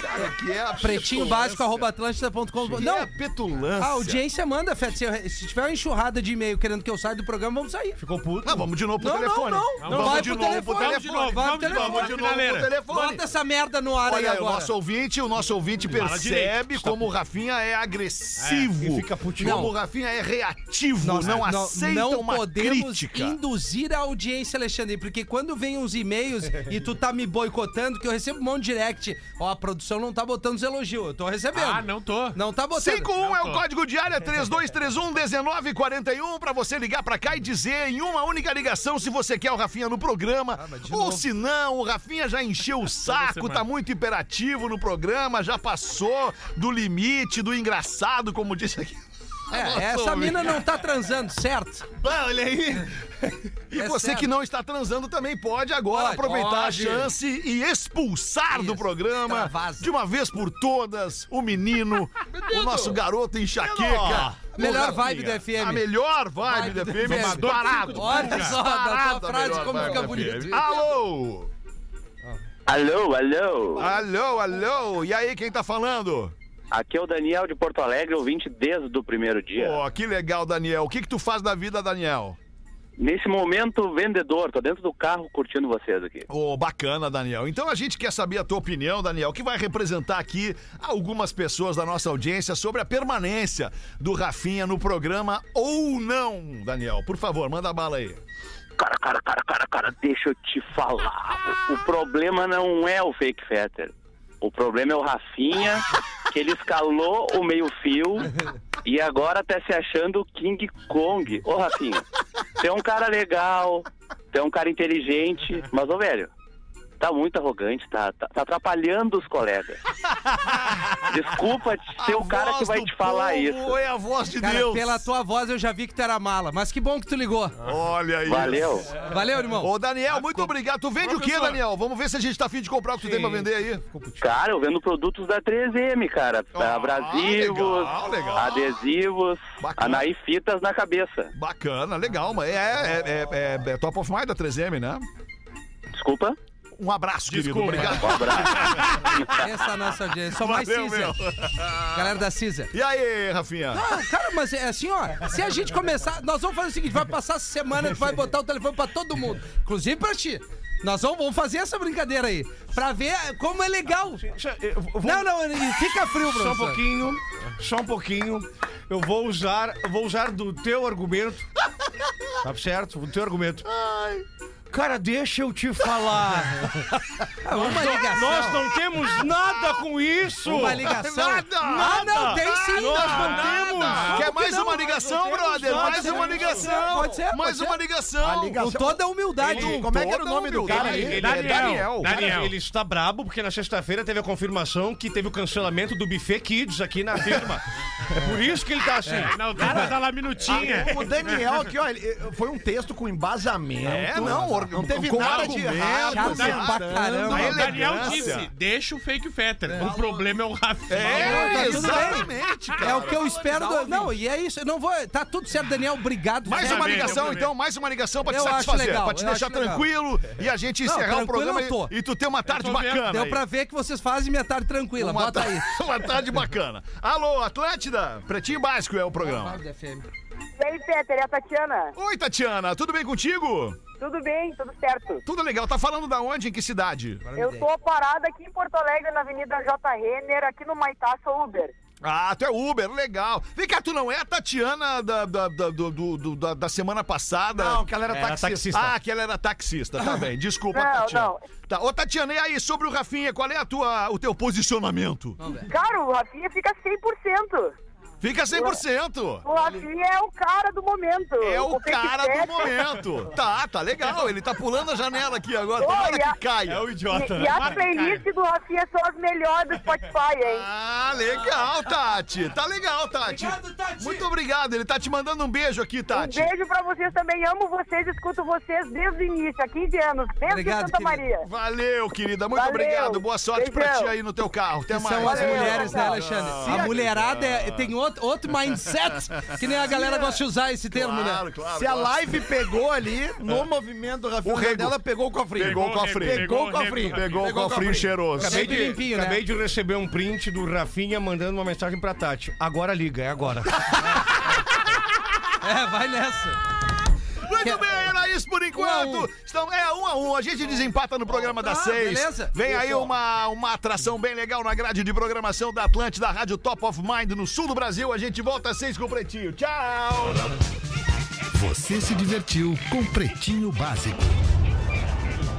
B: Cara, que é a
C: Pretinho básico, arroba atlântida.com.
B: Não, é
C: Não,
B: a petulância.
C: a audiência manda, Fete. Se, eu- se tiver uma enxurrada de e-mail querendo que eu saia do programa, vamos sair.
E: Ficou puto.
B: Não, vamos de novo pro
C: Não, não,
B: telefone.
C: não.
B: Vamos
C: Não, vai
B: de
C: pro
B: novo
C: telefone,
B: pro
C: vamos
K: de
B: telefone.
K: novo,
C: Vai pro
K: vamos de novo,
C: telefone.
K: vamos de novo pro
B: Pro telefone.
C: Bota essa merda no ar aí
B: Olha, aí, o
C: agora.
B: nosso ouvinte, o nosso ouvinte percebe
K: direito.
B: como o Rafinha é agressivo.
E: É, e fica putinho.
B: Como
C: Não.
B: o Rafinha é reativo,
C: Nós
B: não aceita
C: não
B: uma
C: podemos
B: crítica.
C: induzir a audiência, Alexandre, porque quando vem os e-mails e tu tá me boicotando, que eu recebo um monte de direct, ó, a produção não tá botando os elogios. Eu tô recebendo.
K: Ah, não tô.
C: Não tá botando.
B: 51 é o código de área 3231-1941 pra você ligar pra cá e dizer em uma única ligação se você quer o Rafinha no programa ou se não. O Rafinha já encheu o saco, tá muito hiperativo no programa, já passou do limite, do engraçado, como disse aqui.
C: É, essa mina não tá transando, certo?
B: Ah, olha aí. E
C: É
B: você
C: certo.
B: que não está transando também pode agora
C: Pode,
B: aproveitar
C: pode.
B: a chance e expulsar do
C: Isso,
B: programa
C: extravasa.
B: de uma vez por todas o menino, o nosso garoto enxaqueca.
C: Melhor vibe do FM.
B: A melhor vibe, do FM, é disparado.
C: Olha só, da
B: Disparado
C: tua
B: a
C: frase
B: melhor
C: como
B: vibe
C: fica
B: do
C: bonito.
B: FM. Alô!
P: Alô, alô.
B: Alô, alô! E aí, quem tá falando?
P: Aqui é o Daniel de Porto Alegre, ouvinte desde o primeiro dia.
B: Pô, que legal, Daniel. O que que tu faz da vida, Daniel?
P: Nesse momento, vendedor, tô dentro do carro curtindo vocês aqui.
B: Ô, bacana, Daniel. Então a gente quer saber a tua opinião, Daniel, que vai representar aqui algumas pessoas da nossa audiência sobre a permanência do Rafinha no programa ou não, Daniel. Por favor, manda bala aí.
P: Cara, cara, cara, cara, cara, deixa eu te falar. O problema não é o fake fetter. O problema é o Rafinha, que ele escalou o meio-fio e agora tá se achando o King Kong. Ô, Rafinha, você é um cara legal, você é um cara inteligente, mas, ô, velho, tá muito arrogante, tá, tá, tá atrapalhando os colegas. Desculpa ser o um cara que vai te falar isso.
B: é a voz de
C: Cara, pela tua voz eu já vi que tu era mala, mas que bom que tu ligou.
B: Olha aí.
P: Valeu.
C: Valeu, irmão.
B: Ô, Daniel, muito obrigado. Tu vende o quê,
K: professor.
B: Daniel? Vamos ver se a gente tá afim de comprar o que tu tem pra vender aí.
P: Cara, eu vendo produtos da 3M, cara. abrasivos,
B: Ah, legal, legal.
P: adesivos,
B: Bacana.
P: anaí fitas na cabeça.
B: Bacana, legal, mas é, é, é, é- é top of mind da 3M, né?
P: Desculpa.
B: Um abraço, querido.
K: Desculpa.
B: Obrigado.
P: Um abraço.
C: Essa é a nossa audiência. Só mais
B: Valeu,
C: Cisa. Galera da Cisa.
B: E aí, Rafinha?
C: Ah, cara, mas é assim, ó. Se a gente começar, nós vamos fazer o seguinte: vai passar essa semana, tu vai botar o telefone pra todo mundo, inclusive pra ti. Nós vamos, vamos fazer essa brincadeira aí, pra ver como é legal. Não, não, e fica frio,
E: Só um
C: professor.
E: pouquinho, só um pouquinho. Eu vou usar, eu vou usar do teu argumento. Tá certo? Do teu argumento. Cara, deixa eu te falar.
C: Ah, uma ligação.
E: Nós não temos nada com isso.
C: Uma ligação.
B: Nada.
C: Ah, não, tem sim.
E: Nós não
C: Nada.
E: temos.
C: Como
B: Quer
C: que
B: mais
C: Ah, não?
B: uma ligação,
E: não temos
B: brother?
E: nada,
B: Mais
E: não
B: uma
E: temos
B: ligação.
C: né? Pode ser, pode
B: Mais
C: ser.
B: uma ligação.
C: Com toda a humildade.
D: Como é que era o nome do cara aí?
C: é
E: Ele-
K: Daniel.
E: Daniel. Cara,
K: Daniel.
E: ele está brabo porque na sexta-feira teve a confirmação que teve o cancelamento do buffet Kids aqui na firma. É por isso que ele tá assim.
K: Não, cara, tá lá minutinha.
D: Ah, O Daniel aqui, ó, ele- eh, foi um texto com embasamento.
B: É, não, orga-
D: Não teve
B: com
D: nada de
B: argumento,
D: errado. né?
C: Chato
D: nada.
C: né? pra caramba.
K: Aí o
B: Uma
K: Daniel
B: elegância.
K: disse: deixa o fake fetter. O problema é o Rafa.
B: É,
C: Tá tudo bem.
B: exatamente, cara.
C: É o que eu espero do. Não, e é isso. Eu não vou. Tá tudo certo, Daniel. Obrigado.
B: Mais
C: Zé.
B: uma
K: bem,
B: ligação,
K: tudo bem.
B: então, mais uma ligação pra te
C: Eu acho
B: satisfazer,
C: legal,
B: pra te
C: eu
B: deixar
C: acho legal.
B: tranquilo e a gente
C: Não,
B: encerrar o
C: tranquilo
B: programa
C: eu tô.
B: e, e tu ter uma tarde
K: tô vendo.
B: bacana.
C: Deu
B: aí.
C: pra ver que vocês fazem minha tarde
D: Tá,
C: tranquila.
B: uma,
C: Bota
B: ta-
C: aí.
B: uma tarde bacana. Alô, Atlântida, Pretinho Básico é o programa.
Q: E aí, Peter, é a Tatiana?
B: Oi, Tatiana, tudo bem contigo?
Q: Tudo bem, tudo certo.
B: Tudo legal. Tá falando da onde, em que cidade?
Q: Eu tô parada aqui em Porto Alegre, na Avenida J. Renner, aqui no Maitá, sou Uber.
B: Ah, tu é Uber, legal. Vem cá, tu não é a Tatiana da, da, da, do- do- do- da, da semana passada?
D: Não, que ela era
E: Era
D: taxista.
E: taxista.
B: Ah, que ela era taxista, tá bem. Desculpa,
Q: Não,
B: Tatiana.
Q: não.
B: Tá. Ô, Tatiana, e aí, sobre o Rafinha, qual é a tua, o teu posicionamento?
Q: Cara, o Rafinha fica 100%.
B: Fica 100%.
Q: O Rafinha é o cara do momento.
B: É o
Q: fake
B: cara do
Q: fetter.
B: momento. Tá, tá legal. Ele tá pulando a janela aqui agora.
Q: Ô,
B: Tomara
Q: e a-
B: que caia.
E: É o idiota.
Q: E, e a playlist do Rafinha são as melhores do Spotify, hein?
B: Ah, legal, Tati. Tá legal, Tati.
C: Obrigado, Tati.
B: Muito obrigado. Ele tá te mandando um beijo aqui,
Q: Um
B: Tati.
Q: beijo pra vocês também, amo vocês, escuto vocês desde o início, há 15 anos, desde
C: Obrigado,
Q: Santa
C: querida.
Q: Maria.
B: Valeu, querida. Muito
Q: Valeu.
B: obrigado. Boa sorte pra
Q: Beijão.
B: ti aí no teu carro. Até
C: Que
B: mais.
C: são as
Q: Valeu,
C: mulheres, né,
Q: tchau.
C: Alexandre? A mulherada é- tem outro, outro mindset que nem a galera gosta de usar esse termo, né?
B: Claro, claro.
D: Se a
B: claro.
D: live pegou ali, no movimento do
B: É. O
D: Rafael
B: rego.
D: dela, pegou o cofrinho.
B: Pegou o cofrinho.
D: Pegou o cofrinho.
B: Pegou o cofrinho cheiroso.
E: Acabei,
C: Sempre
E: de,
C: limpinho, né?
E: acabei de receber um print do Rafinha mandando uma mensagem pra Tati. Agora liga, é agora.
C: É, vai nessa.
B: Muito bem, era isso por enquanto.
C: Um a um.
B: Estão, é, um a um. A gente desempata no programa das
C: Tá,
B: seis.
C: beleza.
B: Vem aí uma, uma atração bem legal na grade de programação da Atlântida, Rádio Top of Mind, no sul do Brasil. A gente volta às seis com o Pretinho. Tchau!
A: Você se divertiu com Pretinho Básico.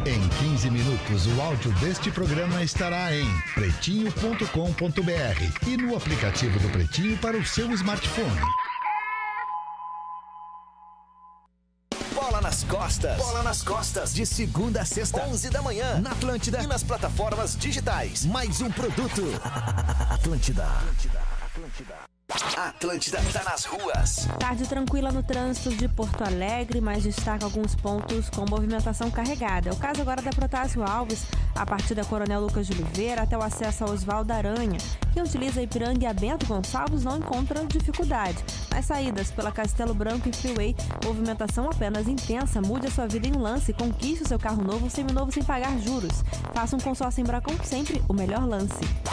D: Em 15 minutos, o áudio deste programa estará em pretinho.com.br e no aplicativo do Pretinho para o seu smartphone.
N: Bola nas costas. Bola nas costas. De segunda a sexta, 11 da manhã. Na Atlântida e nas plataformas digitais. Mais um produto. Atlântida. Atlântida tá nas ruas.
Q: Tarde tranquila no trânsito de Porto Alegre, mas destaca alguns pontos com movimentação carregada. O caso agora da Protásio Alves, a partir da Coronel Lucas de Oliveira até o acesso ao Oswaldo Aranha. Quem utiliza Ipiranga e a Bento Gonçalves não encontra dificuldade. Nas saídas pela Castelo Branco e Freeway, movimentação apenas intensa. Mude a sua vida em lance, conquiste o seu carro novo, seminovo sem pagar juros. Faça um consórcio em Bracon sempre o melhor lance.